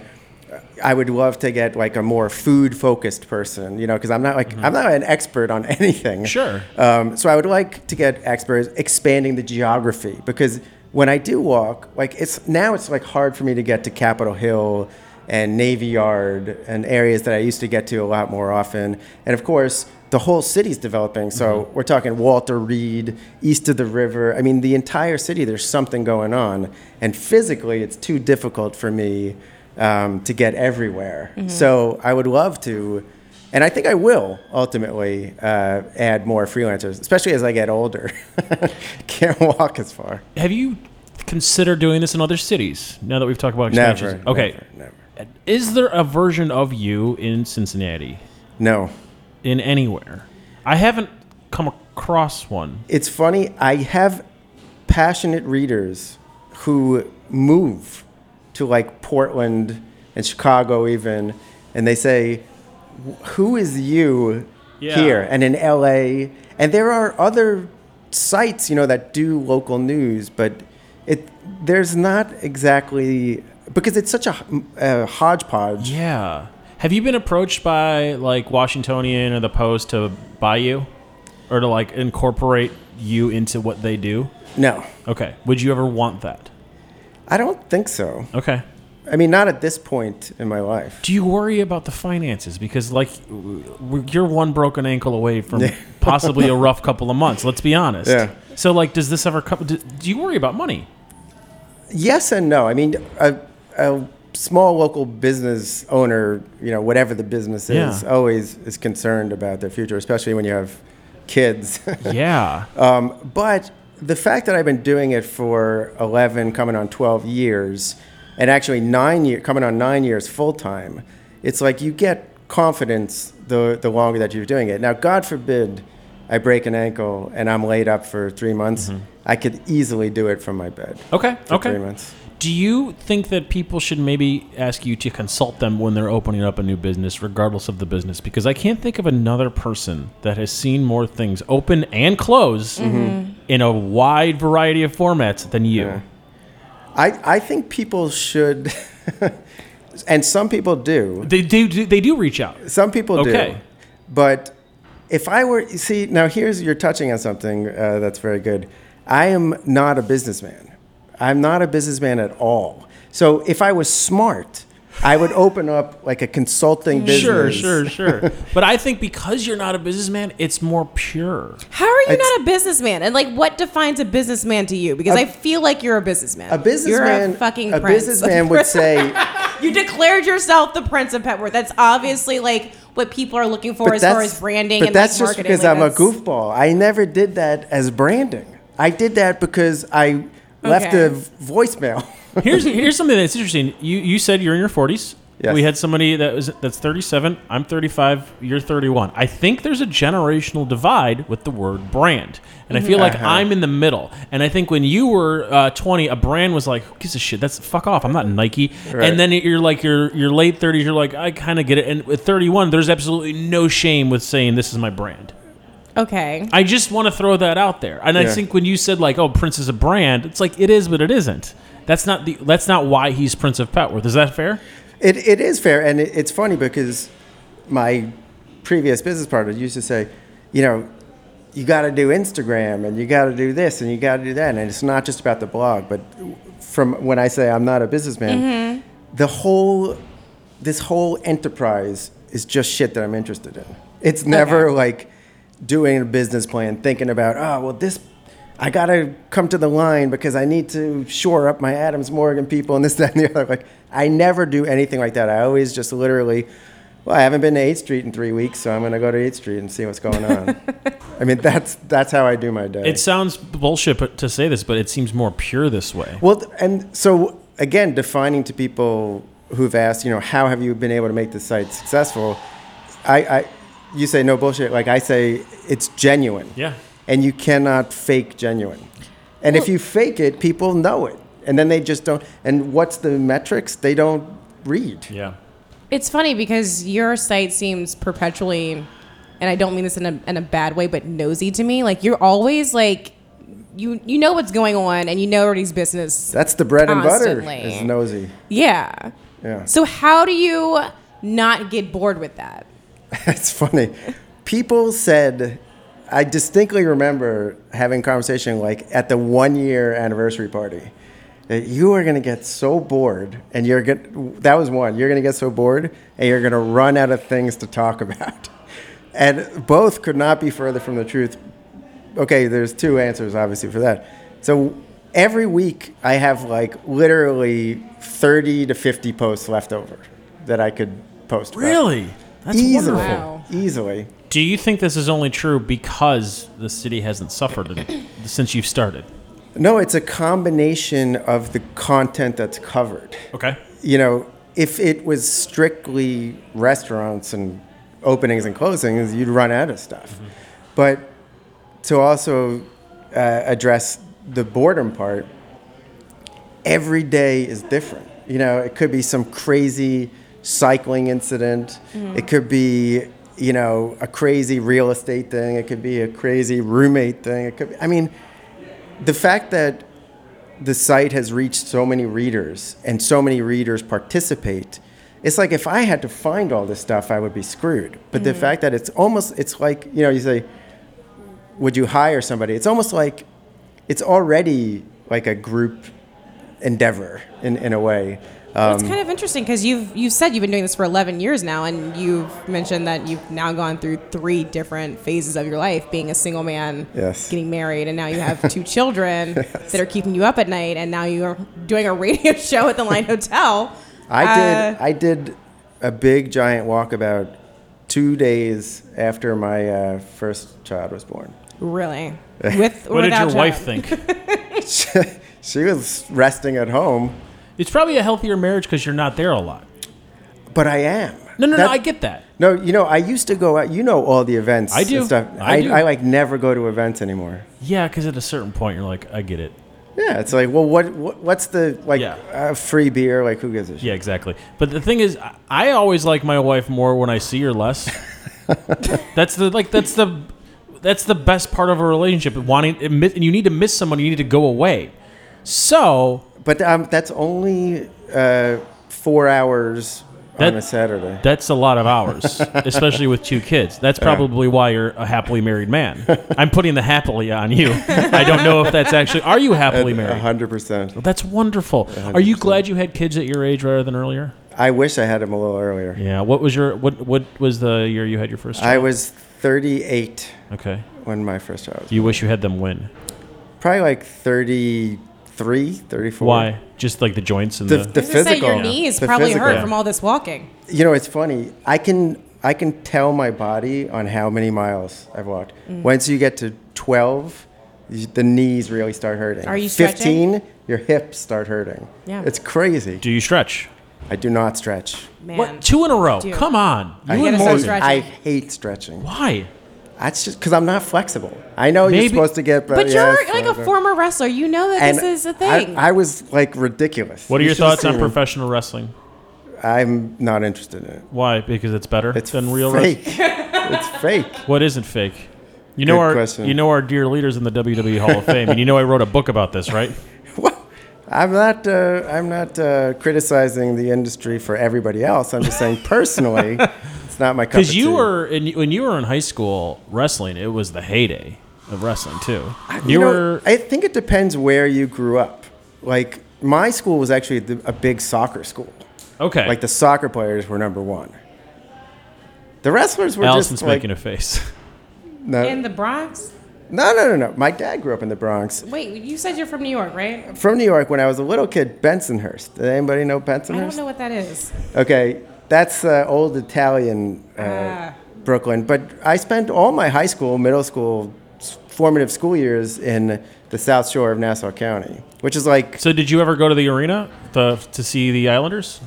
S4: I would love to get like a more food focused person, you know, because I'm not like I'm not an expert on [LAUGHS] anything.
S1: Sure.
S4: Um, so I would like to get experts expanding the geography because when I do walk, like it's now it's like hard for me to get to Capitol Hill and Navy Yard and areas that I used to get to a lot more often. And of course, the whole city's developing. So we're talking Walter Reed, east of the river. I mean, the entire city, there's something going on. And physically, it's too difficult for me um, to get everywhere. So I would love to and I think I will ultimately uh, add more freelancers, especially as I get older. [LAUGHS] Can't walk as far.
S1: Have you considered doing this in other cities? Now that we've talked about expansions,
S4: Never,
S1: okay.
S4: never,
S1: Is there a version of you in Cincinnati,
S4: No.
S1: in anywhere? I haven't come across one.
S4: It's funny, I have passionate readers who move to like Portland and Chicago, even, and they say, Who is you
S1: Yeah.
S4: here? And in LA. And there are other sites, you know, that do local news, but it there's not exactly because it's such a, a hodgepodge.
S1: Yeah. Have you been approached by like Washingtonian or the Post to buy you, or to like incorporate you into what they do?
S4: No,
S1: Okay. Would you ever want that?
S4: I don't think so.
S1: Okay.
S4: I mean, not at this point in my life.
S1: Do you worry about the finances? Because like, w- w- you're one broken ankle away from
S4: [LAUGHS]
S1: possibly a rough couple of months. Let's be honest.
S4: Yeah.
S1: So like, does this ever come? Do, do you worry about money?
S4: Yes and no. I mean, a, a small local business owner, you know, whatever the business is,
S1: Yeah.
S4: always is concerned about their future, especially when you have kids. [LAUGHS]
S1: Yeah.
S4: um, but the fact that I've been doing it for 11, coming on 12 years, and actually nine year, coming on nine years full time, it's like you get confidence the, the longer that you're doing it. Now, God forbid I break an ankle and I'm laid up for three months, I could easily do it from my bed.
S1: Okay.
S4: For
S1: Mm-hmm. okay.
S4: Three months.
S1: Do you think that people should maybe ask you to consult them when they're opening up a new business, regardless of the business? Because I can't think of another person that has seen more things open and close
S4: Mm-hmm.
S1: in a wide variety of formats than you.
S4: I, I think people should, [LAUGHS] and some people do.
S1: They do. They do reach out.
S4: Some people
S1: Okay.
S4: do. But if I were, you see, now here's, you're touching on something uh, that's very good. I am not a businessman. I'm not a businessman at all. So if I was smart, I would open up like a consulting business.
S1: Sure, sure,
S4: [LAUGHS]
S1: sure. but I think because you're not a businessman, it's more pure.
S2: How are you
S4: It's-
S2: not a businessman? And like, what defines a businessman to you? Because I feel like you're a businessman.
S4: A businessman,
S2: You're a fucking
S4: a
S2: prince.
S4: businessman
S2: [LAUGHS]
S4: would say,
S2: you declared yourself the prince of Petworth. That's obviously like what people are looking for
S4: but
S2: as far
S4: that's-
S2: as branding
S4: But
S2: and like
S4: that's just
S2: marketing.
S4: because
S2: Like,
S4: I'm a
S2: that's-
S4: goofball. I never did that as branding. I did that because I left
S2: Okay.
S4: a v- voicemail. [LAUGHS]
S1: Here's here's something that's interesting. You you said you're in your 40s.
S4: Yes.
S1: We had somebody that was that's 37. I'm 35. You're 31. I think there's a generational divide with the word brand, and I feel like
S4: Uh-huh.
S1: I'm in the middle. And I think when you were uh, 20, a brand was like, who gives a shit? That's fuck off. I'm not Nike.
S4: Right.
S1: And then you're like your your late 30s. You're like, I kind of get it. And at 31, there's absolutely no shame with saying this is my brand.
S2: Okay.
S1: I just want to throw that out there. And I
S4: Yeah.
S1: think when you said like, "Oh, Prince is a brand," it's like it is, but it isn't. That's not the. That's not why he's Prince of Petworth. Is that fair?
S4: It, it is fair, and it, it's funny because my previous business partner used to say, you know, you got to do Instagram and you got to do this and you got to do that, and it's not just about the blog. But from when I say I'm not a
S2: Mm-hmm.
S4: businessman, the whole this whole enterprise is just shit that I'm interested in. It's never like doing a business plan, thinking about oh well this. I gotta come to the line because I need to shore up my Adams Morgan people and this, that, and the other. Like, I never do anything like that. I always just literally, well, I haven't been to 8th Street in three weeks, so I'm gonna go to 8th Street and see what's going on. I mean, that's that's how I do my day.
S1: It sounds bullshit to say this, but it seems more pure this way.
S4: Well, th- and so again, defining to people who've asked, you know, how have you been able to make this site successful? I, I you say no bullshit. Like I say, it's genuine.
S1: Yeah.
S4: And you cannot fake genuine. And if you fake it, people know it, and then they just don't. And what's the metrics? They don't read.
S1: Yeah.
S2: It's funny because your site seems perpetually, and I don't mean this in a, in a bad way, but nosy to me. Like you're always like, you you know what's going on, and you know everybody's business.
S4: That's the bread and butter.
S2: Constantly.
S4: Is nosy.
S2: Yeah.
S4: Yeah.
S2: So how do you not get bored with that?
S4: [LAUGHS] It's funny. People said, I distinctly remember having a conversation like at the one year anniversary party that you are going to get so bored and you're going that was one you're going to get so bored and you're going to run out of things to talk [LAUGHS] about and both could not be further from the truth okay there's two answers obviously for that so every week i have like literally 30 to 50 posts left over that i could post about
S1: Really? That's
S4: easily,
S1: wonderful.
S2: Wow.
S4: easily.
S1: Do you think this is only true because the city hasn't suffered in- [COUGHS] since you've started?
S4: No, it's a combination of the content that's covered.
S1: Okay.
S4: You know, if it was strictly restaurants and openings and closings, you'd run out of stuff. But to also uh, address the boredom part, every day is different. You know, it could be some crazy cycling incident. It could be, you know, a crazy real estate thing. It could be a crazy roommate thing. It could be, I mean, the fact that the site has reached so many readers and so many readers participate it's like if i had to find all this stuff i would be screwed but
S1: Mm-hmm.
S4: the fact that it's almost it's like you know you say would you hire somebody it's almost like it's already like a group endeavor in, in a way um,
S2: It's kind of interesting because you've you've said you've been doing this for 11 years now, and you've mentioned that you've now gone through three different phases of your life, being a single man,
S4: Yes.
S2: getting married, and now you have
S4: [LAUGHS]
S2: two children that are keeping you up at night, and now you are doing a radio [LAUGHS] show at the Line Hotel.
S4: I did.
S2: Uh,
S4: I did a big giant walkabout two days after my uh, first child was born. [LAUGHS]
S2: really. With or
S1: What did
S2: without
S1: your wife
S2: child.
S1: think?
S4: she was resting at home,
S1: It's probably a healthier marriage because you're not there a lot.
S4: but I am.
S1: No, no,
S4: That-
S1: no. I get that.
S4: No, you know, I used to go out. You know all the events.
S1: I do.
S4: And stuff.
S1: I do.
S4: I like never go to events anymore.
S1: Yeah, because at a certain point, you're like, I get it.
S4: Yeah, it's like, well, what, what what's the like
S1: Yeah.
S4: uh, free beer? Like, who gives a shit?
S1: Yeah, exactly. But the thing is, I- I always like my wife more when I see her
S4: [LAUGHS]
S1: less. that's the like that's the that's the best part of a relationship. Wanting admit- and you need to miss someone, you need to go away. So
S4: But um, that's only uh, four hours
S1: That-
S4: on a Saturday.
S1: That's a lot of
S4: [LAUGHS]
S1: hours, especially with two kids. That's probably why you're a happily married man. I'm putting the happily on you. I don't know if that's actually. Are you happily
S4: A
S1: married?
S4: hundred percent.
S1: That's wonderful. Are you glad you had kids at your age rather than earlier?
S4: I wish I had him a little earlier.
S1: Yeah. What was your what What was the year you had your first
S4: I
S1: child?
S4: was 38
S1: okay.
S4: when my first child. Was.
S1: You wish you had them when?
S4: Probably like 33, 34.
S1: Why? Just like the joints and
S4: The,
S1: the.
S4: the
S2: Just say
S4: physical.
S2: your knees
S4: The
S2: probably
S4: physical.
S2: hurt
S1: Yeah.
S2: from all this walking.
S4: You know, it's funny. I can I can tell my body on how many miles I've walked.
S2: Mm.
S4: Once you get to 12, you, the knees really start hurting.
S2: Are you
S4: 15, your hips start hurting.
S2: Yeah.
S4: It's crazy.
S1: do you stretch?
S4: I do not stretch.
S2: Man.
S1: What? Two in a row.
S2: Dude.
S1: Come on.
S4: I,
S1: You
S2: gotta
S1: and
S2: start
S1: Morgan.
S2: stretching.
S4: I hate stretching.
S1: Why?
S4: That's just because I'm not flexible. I know
S1: Maybe-
S4: you're supposed to get,
S2: But
S4: yeah,
S2: you're like a
S4: further.
S2: former wrestler. You know that
S4: And
S2: this is a
S4: I-
S2: thing.
S4: I, was like ridiculous.
S1: What are
S4: You
S1: your
S4: should've
S1: thoughts on
S4: seen me.
S1: professional wrestling?
S4: I'm not interested in it.
S1: Why? Because it's better
S4: It's
S1: than real wrestling.
S4: fake. it's fake.
S1: What isn't fake? You know
S4: Good
S1: our
S4: question.
S1: you know our dear leaders in the WWE Hall of Fame, and you know I wrote a book about this,
S4: [LAUGHS]
S1: right?
S4: Well, I'm not. Uh, I'm not uh, criticizing the industry for everybody else. I'm just saying
S1: [LAUGHS]
S4: personally, it's not my cup.
S1: Because
S4: of
S1: you
S4: tea.
S1: were in, when you were in high school wrestling, it was the heyday of wrestling too. You,
S4: know,
S1: were
S4: I think it depends where you grew up. Like my school was actually the, a big soccer school.
S1: okay.
S4: Like the soccer players were number one. The wrestlers were
S1: Allison's
S4: just like
S1: making a face. [LAUGHS]
S4: no,
S2: in the Bronx?
S4: no, no, no, no. My dad grew up in the Bronx.
S2: Wait, you said you're from New York, right?
S4: From New York, when I was a little kid, Bensonhurst. Did anybody know Bensonhurst?
S2: I don't know what that is.
S4: Okay, that's uh, old Italian uh,
S2: Ah.
S4: Brooklyn. But I spent all my high school, middle school, s- formative school years in the South Shore of Nassau County, which is like,
S1: So did you ever go to the arena the, to see the Islanders?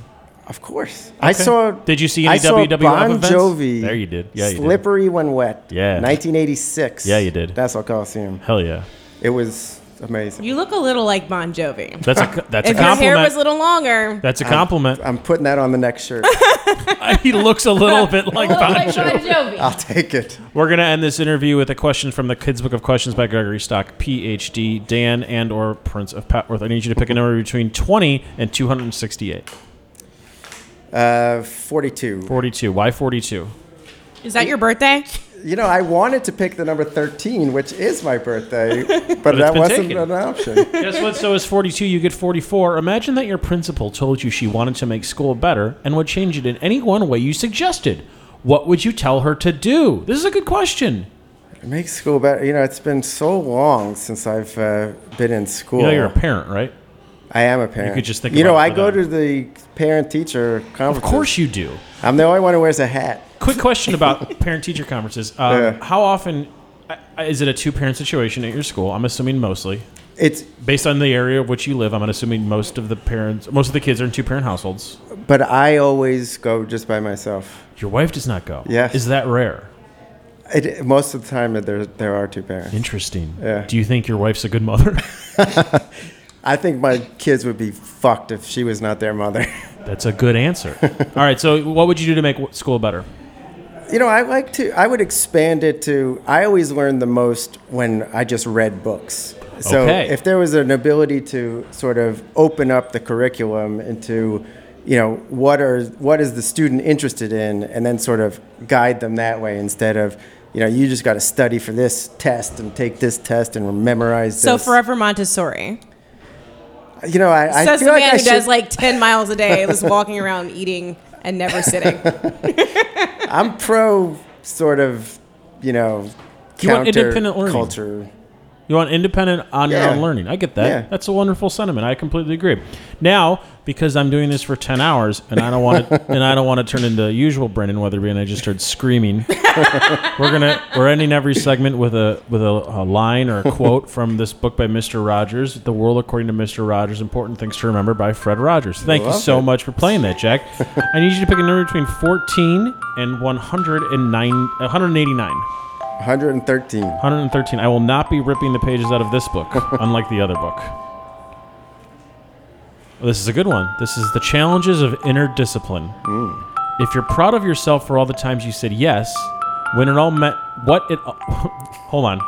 S4: of course. I saw.
S1: Did you see
S4: I
S1: any
S4: saw
S1: WWF
S4: Bon
S1: events?
S4: Jovi.
S1: There you did. Yeah, you did.
S4: Slippery when wet.
S1: Yeah.
S4: 1986.
S1: Yeah, you did.
S4: Nassau Coliseum.
S1: Hell yeah,
S4: It was amazing.
S2: You look a little like Bon Jovi.
S1: that's a that's a
S2: If your hair
S1: compliment.
S2: was a little longer,
S1: That's a [LAUGHS] compliment.
S4: I'm putting that on the next
S1: [LAUGHS]
S4: shirt.
S1: he looks a little [LAUGHS] bit like
S2: look
S1: Bon
S2: like
S1: Jovi.
S2: Bon Jovi.
S4: I'll take it.
S1: Oh We're gonna end this interview with a question from the Kids Book of Questions by Gregory Stock, PhD, Dan and or Prince of Patworth. I need you to pick a number between twenty and two hundred and sixty-eight.
S4: Uh, 42.
S1: Forty-two. Why forty-two?
S2: Is that your birthday?
S4: You know, I wanted to pick the number 13, which is
S1: [LAUGHS]
S4: my birthday, but,
S1: it's
S4: that
S1: been
S4: wasn't
S1: taken.
S4: an option.
S1: Guess what? So is forty-two. You get forty-four. Imagine that your principal told you she wanted to make school better and would change it in any one way you suggested. What would you tell her to do? This is a good question.
S4: It makes school better. You know, it's been so long since I've uh, been in school.
S1: You know you're a parent, right?
S4: I am a parent.
S1: could just think
S4: You know,
S1: about it
S4: I
S1: for
S4: go
S1: them.
S4: to the parent-teacher conference.
S1: Of course you do.
S4: I'm the only one who wears a hat.
S1: Quick question
S4: [LAUGHS]
S1: about parent-teacher conferences. Um,
S4: Yeah.
S1: How often I- I- is it a two-parent situation at your school? I'm assuming mostly.
S4: It's,
S1: based on the area of which you live, I'm assuming most of the parents, most of the kids are in two parent households.
S4: but I always go just by myself.
S1: Your wife does not go.
S4: Yes.
S1: Is that rare?
S4: It, most of the time, there there are two parents.
S1: Interesting.
S4: Yeah.
S1: Do you think your wife's a good mother? [LAUGHS]
S4: I think my kids would be fucked if she was not their mother. [LAUGHS]
S1: That's a good answer. All right. So, what would you do to make w- school better?
S4: You know, I like to. I would expand it to. I always learned the most when I just read books. So
S1: Okay.
S4: if there was an ability to sort of open up the curriculum into, you know, what are what is the student interested in, and then sort of guide them that way instead of, you know, you just got to study for this test and take this test and memorize.
S2: So
S4: this.
S2: forever Montessori.
S4: you know, I, I
S2: Says
S4: feel
S2: the
S4: like
S2: man
S4: I
S2: who does
S4: should-
S2: like ten miles a day, was walking around eating and never sitting.
S4: I'm pro sort of, you know,
S1: You want independent learning.
S4: culture.
S1: You want independent on your
S4: Yeah.
S1: own learning. I get that.
S4: Yeah.
S1: That's a wonderful sentiment. I completely agree. Now, because I'm doing this for ten hours and I don't want
S4: [LAUGHS]
S1: to and I don't want to turn into usual Brendan Weatherby and I just started screaming. we're gonna we're ending every segment with a with a, a line or a quote from this book by Mr. Rogers, The World According to Mr. Rogers, Important Things to Remember by Fred Rogers. Thank you
S4: Love
S1: so
S4: it.
S1: much for playing that,
S4: [LAUGHS]
S1: Jack. I need you to pick a number between fourteen and one hundred and nine one hundred and eighty nine.
S4: 113.
S1: 113. I will not be ripping the pages out of this book, unlike the other book. Well, this is a good one. This is The Challenges of Inner Discipline. If you're proud of yourself for all the times you said yes, when it all meant what it. [LAUGHS] hold on.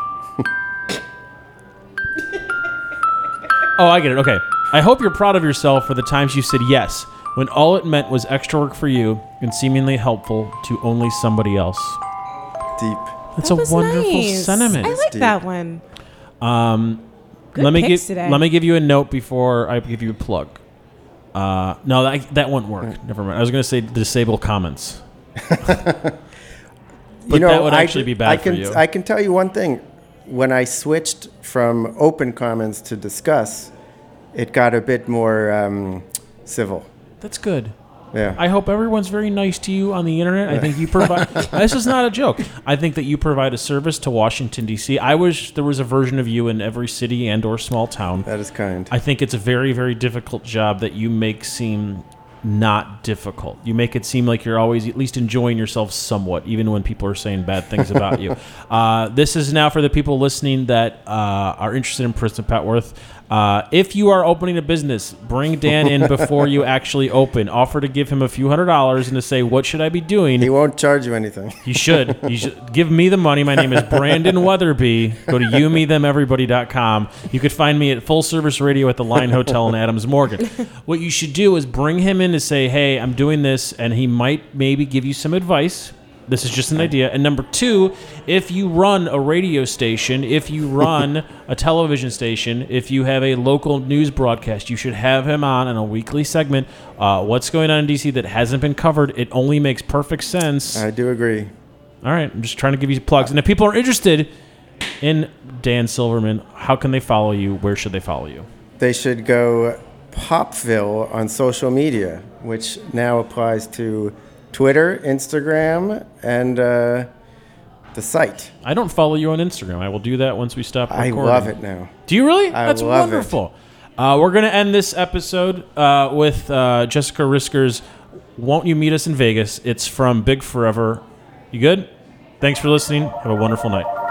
S1: Oh, I get it. Okay. I hope you're proud of yourself for the times you said yes, when all it meant was extra work for you and seemingly helpful to only somebody else.
S4: Deep.
S1: That's
S2: That
S1: a
S2: was
S1: wonderful
S2: nice.
S1: sentiment.
S2: I like
S4: Deep.
S2: that one. Good
S1: let me
S2: picks
S1: give
S2: today.
S1: let me give you a note before I give you a plug. Uh, no, that that won't work.
S4: Mm.
S1: Never mind. I was going to say disable
S4: [LAUGHS]
S1: comments. But that would actually
S4: c-
S1: be bad
S4: I
S1: for
S4: can,
S1: you.
S4: I can tell you one thing. When I switched from open comments to discuss, it got a bit more um, civil.
S1: That's good.
S4: Yeah.
S1: I hope everyone's very nice to you on the internet. I think you
S4: [LAUGHS]
S1: provide. [LAUGHS] this is not a joke. I think that you provide a service to Washington D.C. I wish there was a version of you in every city and or small town.
S4: that is kind.
S1: I think it's a very, very difficult job that you make seem not difficult. You make it seem like you're always at least enjoying yourself somewhat, even when people are saying bad things about you. Uh, this is now for the people listening that uh, are interested in Princeton Petworth. Uh, if you are opening a business, bring Dan in before you actually open. Offer to give him a few hundred dollars and to say, What should I be doing?
S4: he won't charge you anything.
S1: You should. You should give me the money. My name is Brandon Weatherby. Go to youmethemeverybody.com. You could find me at Full Service Radio at the Line Hotel in Adams Morgan. What you should do is bring him in to say, "Hey, I'm doing this," and he might maybe give you some advice. This is just an idea. And number two, if you run a radio station, if you run a television station, if you have a local news broadcast, you should have him on in a weekly segment. Uh, what's going on in DC that hasn't been covered? It only makes perfect sense.
S4: I do agree.
S1: All right, I'm just trying to give you plugs. And if people are interested in Dan Silverman, how can they follow you? Where should they follow you?
S4: They should go Popville on social media, which now applies to Twitter, Instagram, and uh, the site.
S1: I don't follow you on Instagram. I will do that once we stop
S4: I
S1: recording.
S4: love it now.
S1: Do you really?
S4: I
S1: That's
S4: love it.
S1: wonderful. Uh, we're going to end this episode uh, with uh, Jessica Risker's Won't You Meet Us in Vegas? It's from Big Forever. You good? Thanks for listening. Have a wonderful night.